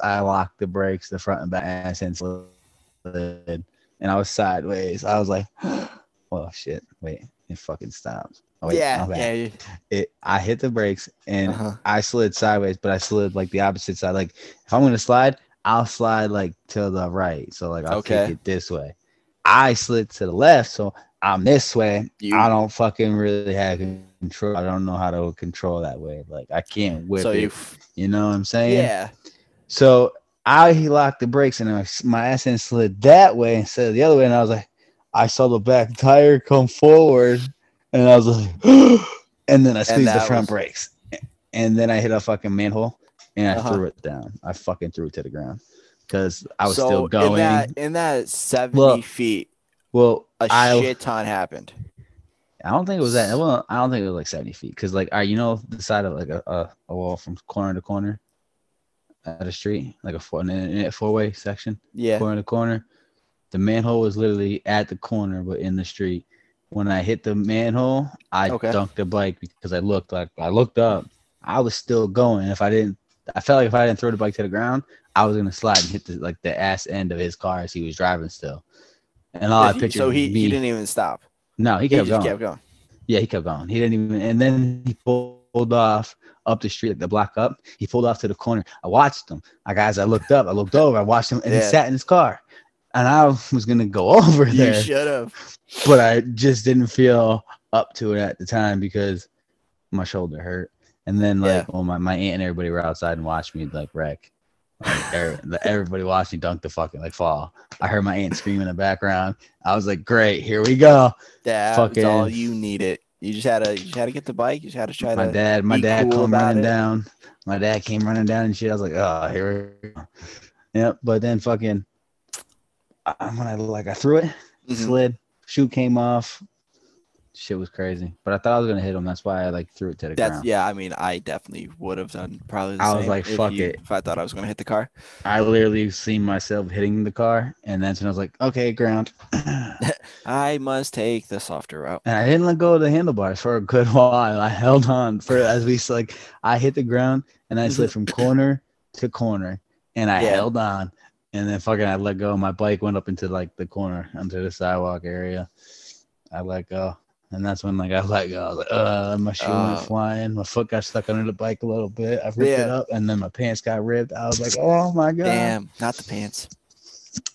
S1: I locked the brakes, the front and back, and I since slid, and I was sideways. I was like, "Well, shit! Wait, it fucking stopped." Oh, wait,
S2: yeah,
S1: my bad.
S2: yeah, you-
S1: It, I hit the brakes, and
S2: uh-huh.
S1: I slid sideways, but I slid like the opposite side. Like if I'm gonna slide, I'll slide like to the right. So like I'll
S2: Okay.
S1: kick it this way. I slid to the left, so I'm this way.
S2: You-
S1: I don't fucking really have control. I don't know how to control that way. Like I can't whip
S2: so
S1: it.
S2: you,
S1: You, know what I'm saying?
S2: yeah,
S1: So I locked the brakes and I, s- my ass end slid that way instead of the other way. And I was like, I saw the back tire come forward and I was like, and then I squeezed the
S2: that
S1: front
S2: was-
S1: brakes. And then I hit a fucking manhole and I
S2: Uh-huh.
S1: threw it down. I fucking threw it to the ground because I was
S2: so
S1: still going.
S2: in that in that seventy
S1: Look,
S2: feet.
S1: well,
S2: A
S1: I,
S2: shit ton happened.
S1: I don't think it was that. Well, I don't think it was like 70 feet because, like, all right, you know, the side of like a, a, a wall from corner to corner at a street, like a four, four way section.
S2: Yeah.
S1: corner to corner. The manhole was literally at the corner, but in the street. When I hit the manhole, I
S2: Okay.
S1: dunked the bike because I looked like I looked up. I was still going. If I didn't, I felt like if I didn't throw the bike to the ground, I was gonna slide and hit the, like the ass end of his car as he was driving still. And all I
S2: If he-
S1: pictured
S2: so
S1: was
S2: he,
S1: me-
S2: he didn't even stop.
S1: no, he
S2: He,
S1: kept
S2: just
S1: going.
S2: kept going.
S1: Yeah, he kept going. He didn't even, and then he pulled off up the street, like the block up. He pulled off to the corner. I watched him. Like as I looked up, I looked over, I watched him, and he
S2: Yeah.
S1: sat in his car. And I was gonna go over
S2: You
S1: there,
S2: should have.
S1: but I just didn't feel up to it at the time because my shoulder hurt. And then like, well, my, my aunt and everybody were outside and watched me like wreck. Like, er- like, everybody watched me dunk the fucking like fall. I heard my aunt scream in the background. I was like, great, here we go.
S2: That's
S1: Fucking-
S2: all you needed. You just had to you just had to get the bike. You just had to try
S1: my
S2: to.
S1: dad, my
S2: be
S1: dad
S2: cool
S1: come
S2: about
S1: running
S2: it.
S1: down. My dad came running down and shit. I was like, oh, here we go. Yep. But then fucking, I, when I like I threw it,
S2: Mhm.
S1: slid, shoe came off. Shit was crazy. But I thought I was gonna hit him. That's why I like threw it to the
S2: That's
S1: ground.
S2: yeah. I mean, I definitely would have done probably. The
S1: I was
S2: same
S1: like,
S2: if
S1: fuck
S2: you-
S1: it.
S2: If I thought I was gonna hit the car,
S1: I literally seen myself hitting the car, and that's when I was like, okay, ground. and
S2: I must take the softer route.
S1: I didn't let go of the handlebars for a good while. I held on for as we s- like I hit the ground and I slid from corner to corner and I
S2: Mm-hmm. Yeah.
S1: held on and then fucking I let go. My bike went up into like the corner onto the sidewalk area. I let go. And that's when like I let go. I was like, uh my shoe
S2: Oh.
S1: went flying. My foot got stuck under the bike a little bit. I ripped it
S2: Yeah.
S1: up and then my pants got ripped. I was like, oh my god.
S2: Damn, not the pants.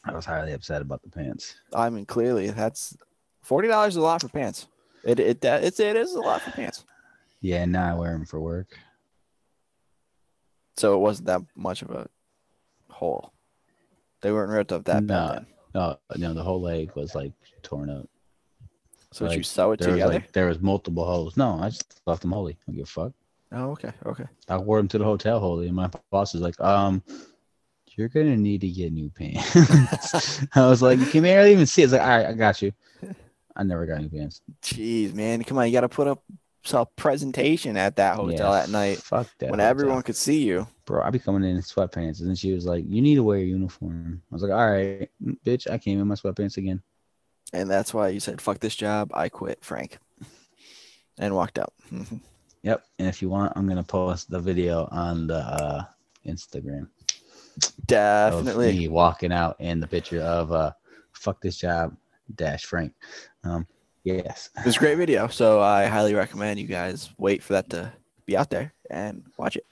S1: I was highly upset about the pants.
S2: I mean, clearly that's forty dollars is a lot for pants. It it that- it's it is a lot for pants.
S1: Yeah, and now I wear them for work.
S2: So it wasn't that much of a hole. They weren't ripped up that
S1: No.
S2: bad. Then.
S1: No, Oh, no, the whole leg was like torn up.
S2: So did
S1: Like,
S2: you sew it
S1: There was
S2: together?
S1: like there was multiple holes. No, I just left them holy. I don't give a fuck.
S2: oh, okay, okay.
S1: I wore them to the hotel holy, and my boss was like, um, you're gonna need to get new pants. I was like, you can barely even see. It's like, all right, I got you. I never got new pants.
S2: Jeez, man, come on, you got to put up some presentation at that hotel
S1: Yeah,
S2: at night
S1: Fuck that.
S2: when
S1: hotel.
S2: everyone could see you.
S1: bro, I be coming in in sweatpants, and then she was like, you need to wear your uniform. I was like, all right, mm, bitch, I came in my sweatpants again.
S2: And that's why you said, fuck this job. I quit, Frank. And walked out. Mhm.
S1: Yep. And if you want, I'm gonna post the video on the uh, Instagram. That was
S2: Definitely.
S1: me walking out in the picture of uh, fuck this job dash Frank. Um, yes,
S2: It was a great video. So I highly recommend you guys wait for that to be out there and watch it.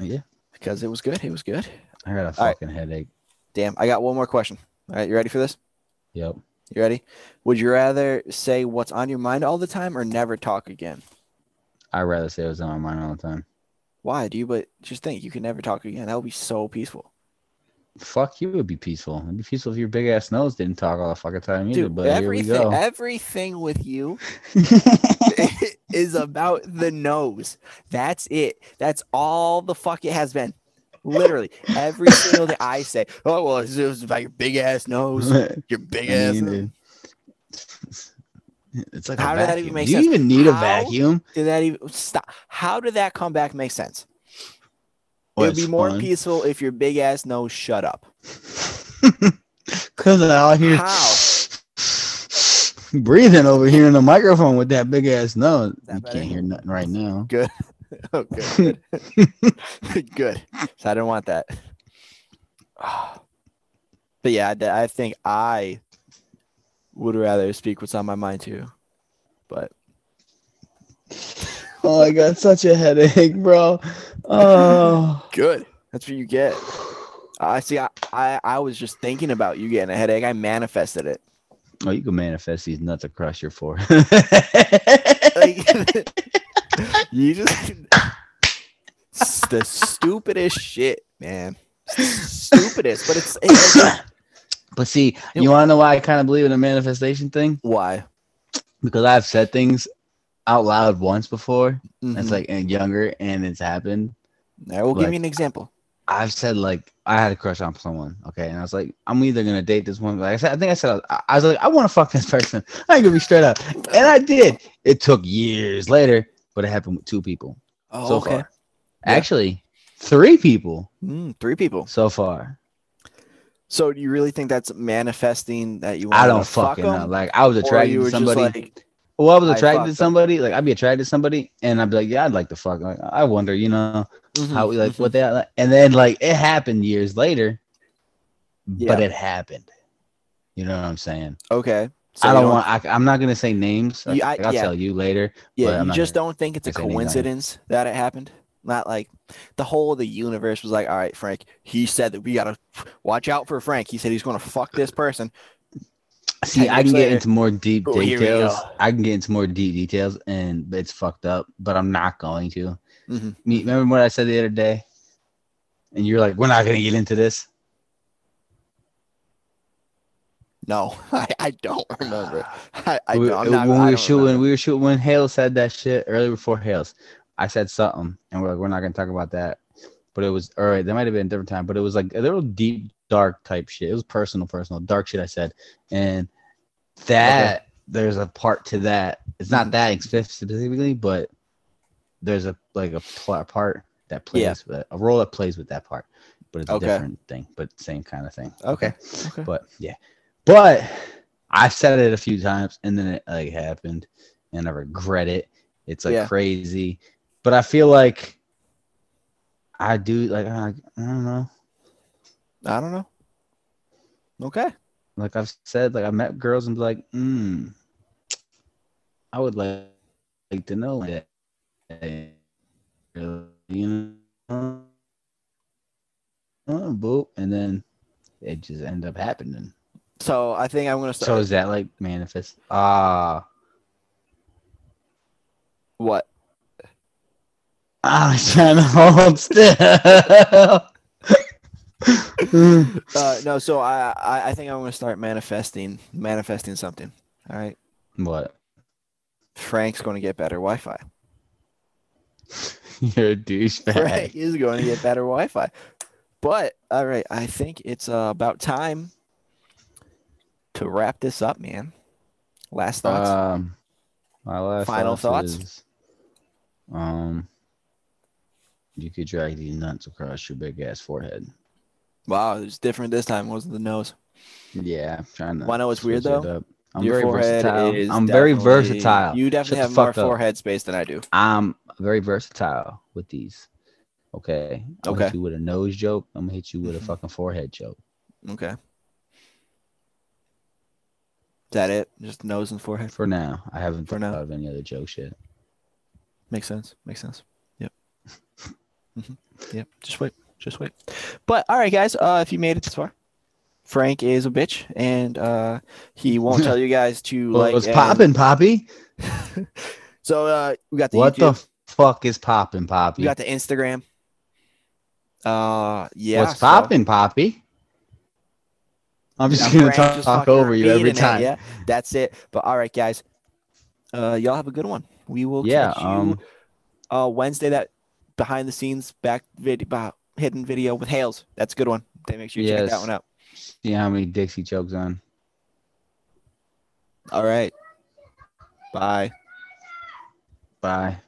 S1: Yeah.
S2: Because it was good. It was good.
S1: I got a
S2: All right.
S1: fucking headache.
S2: Damn. I got one more question. All right. You ready for this?
S1: Yep.
S2: You ready? Would you rather say what's on your mind all the time or never talk again?
S1: I rather say it was on my mind all the time.
S2: Why do you? But just think, you can never talk again. That would be so peaceful,
S1: Fuck, you would be peaceful. It'd be peaceful if your big ass nose didn't talk all the fucking time either.
S2: dude.
S1: but
S2: everything,
S1: here we go.
S2: everything with you is about the nose. That's it. That's all the fuck it has been. Literally every single thing I say. Oh well, it was about your big ass nose. Your big
S1: I
S2: ass.
S1: mean,
S2: nose."
S1: it- it's like
S2: How
S1: a
S2: did that
S1: vacuum.
S2: even make
S1: Do you
S2: sense?
S1: even need a
S2: How?
S1: vacuum?
S2: Did that even stop? How did that comeback make sense?
S1: Well,
S2: It'd be
S1: it's
S2: more
S1: fun.
S2: peaceful if your big ass nose shut up.
S1: Cause all I hear
S2: How?
S1: breathing over here in the microphone with that big ass nose.
S2: that
S1: you
S2: better?
S1: can't hear nothing right now.
S2: Oh, good. Good. good. So I didn't want that. But yeah, I d- I think I would rather speak what's on my mind too. But
S1: Oh, I got such a headache, bro. Oh.
S2: good. That's what you get. I see. I, I, I was just thinking about you getting a headache. I manifested it.
S1: Oh, you can manifest these nuts across your forehead.
S2: Like, you just it's the stupidest shit, man. It's the stupidest, but it's, it's like-
S1: but see, you want to know why I kind of believe in the manifestation thing?
S2: why.
S1: Because I've said things out loud once before. It's
S2: Mhm.
S1: like and younger, and it's happened.
S2: I will give
S1: like-
S2: you an example.
S1: I've said like I had a crush on someone, okay, and I was like, I'm either gonna date this one. Like I said, I think I said I, I was like, I want to fuck this person. I ain't gonna be straight up, and I did. It took years later, but it happened with two people
S2: Oh,
S1: so
S2: okay.
S1: far.
S2: Yeah.
S1: Actually, three people
S2: Mm, three people.
S1: so far.
S2: So do you really think that's manifesting that you?
S1: I
S2: wanna
S1: don't fucking
S2: fuck 'em?
S1: know. Like I was
S2: Or
S1: attracted
S2: you
S1: to
S2: were
S1: somebody.
S2: just like,
S1: well, I was
S2: I
S1: attracted
S2: fucked
S1: to
S2: them.
S1: somebody. Like I'd be attracted to somebody, and I'd be like, yeah, I'd like to fuck. Like I wonder, you know,
S2: mhm,
S1: how we like
S2: mhm.
S1: what they like. and then like it happened years later, but
S2: Yeah.
S1: it happened. You know what I'm saying?
S2: Okay. So
S1: I
S2: you
S1: don't want. I, I'm not gonna say names.
S2: You-
S1: I,
S2: I-
S1: will
S2: yeah.
S1: tell you later. but
S2: Yeah,
S1: I'm not
S2: you just don't think it's a
S1: I say names on here.
S2: coincidence that it happened. Not like the whole of the universe was like, all right, Frank. He said that we gotta watch out for Frank. He said he's gonna fuck this person.
S1: See,
S2: Ten
S1: I can
S2: years
S1: get
S2: later.
S1: into more deep
S2: Oh, here we
S1: details.
S2: go.
S1: I can get into more deep details, and it's fucked up. But I'm not going to.
S2: Mhm.
S1: Me, remember what I said the other day? And you're like, we're not gonna get into this.
S2: No, I, I don't remember. I, I
S1: We-
S2: don't, I'm not,
S1: when we
S2: I
S1: were
S2: don't
S1: shooting,
S2: remember.
S1: we were shooting when Hale said that shit earlier before Hale's. I said something, and we're like, we're not gonna talk about that. But it was all right. That might have been a different time, but it was like a little deep, dark type shit. It was personal, personal, dark shit. I said, and that there's a part to that. It's not that specifically, but there's a like a pl- part that plays
S2: Yeah.
S1: with a role that plays with that part. But it's
S2: Okay.
S1: a different thing, but same kind of thing.
S2: Okay. Okay.
S1: But yeah, but I've said it a few times, and then it like happened, and I regret it. It's like
S2: Yeah.
S1: crazy, but I feel like I do like I, I don't know.
S2: I don't know. Okay.
S1: Like I've said, like I met girls and be like, mm, I would like like to know that, you know, Uh, boop, and then it just ended up happening.
S2: So I think I'm gonna start.
S1: So is that like manifest? Ah.
S2: what?
S1: I was trying to hold still.
S2: Uh, no. So I, I I think I'm gonna start manifesting manifesting something. All right.
S1: what?
S2: Frank's going to get better Wi-Fi.
S1: You're a douchebag.
S2: Frank is going to get better Wi-Fi. But all right, I think it's uh, about time to wrap this up, man. Last thoughts.
S1: Um, my last
S2: Final
S1: thoughts
S2: thoughts?
S1: is, um, you could drag these nuts across your big ass forehead.
S2: wow, it was different this time. It wasn't the nose.
S1: Yeah, I'm trying to.
S2: Wanna know what's weird,
S1: switch it
S2: though?
S1: up. I'm
S2: Your
S1: very
S2: forehead
S1: versatile.
S2: is
S1: I'm very
S2: definitely-
S1: versatile.
S2: You definitely
S1: Shut the
S2: have more
S1: fuck up.
S2: forehead space than I do.
S1: I'm very versatile with these. Okay. I'll
S2: Okay. Mm-hmm.
S1: hit you with a nose joke. I'm gonna hit you with a fucking forehead joke.
S2: Okay. Is that it? Just nose and forehead.
S1: For now, I haven't
S2: For
S1: thought
S2: now.
S1: of any other joke shit.
S2: Makes sense. Makes sense. Yep. hmm Yep. Just wait. Just wait. But all right, guys. Uh, if you made it this far, Frank is a bitch, and uh, he won't tell you guys to
S1: Well,
S2: like.
S1: what's
S2: and-
S1: popping, Poppy?
S2: So uh, we got the
S1: What the
S2: YouTube,
S1: f- fuck is popping, Poppy?
S2: we got the Instagram. Uh, yeah.
S1: what's
S2: so-
S1: popping, Poppy? I'm just
S2: Yeah,
S1: gonna
S2: Frank
S1: talk,
S2: just
S1: talk
S2: fucking
S1: over you every
S2: repeating it,
S1: time.
S2: yeah, that's it. But all right, guys. Uh, y'all have a good one. We will
S1: yeah.
S2: catch you
S1: Um.
S2: uh, Wednesday. That behind the scenes back video, hidden video with Hales. That's a good one. They make sure you check
S1: Yes.
S2: that one out.
S1: See how many Dixie jokes on.
S2: All right. Bye.
S1: Bye.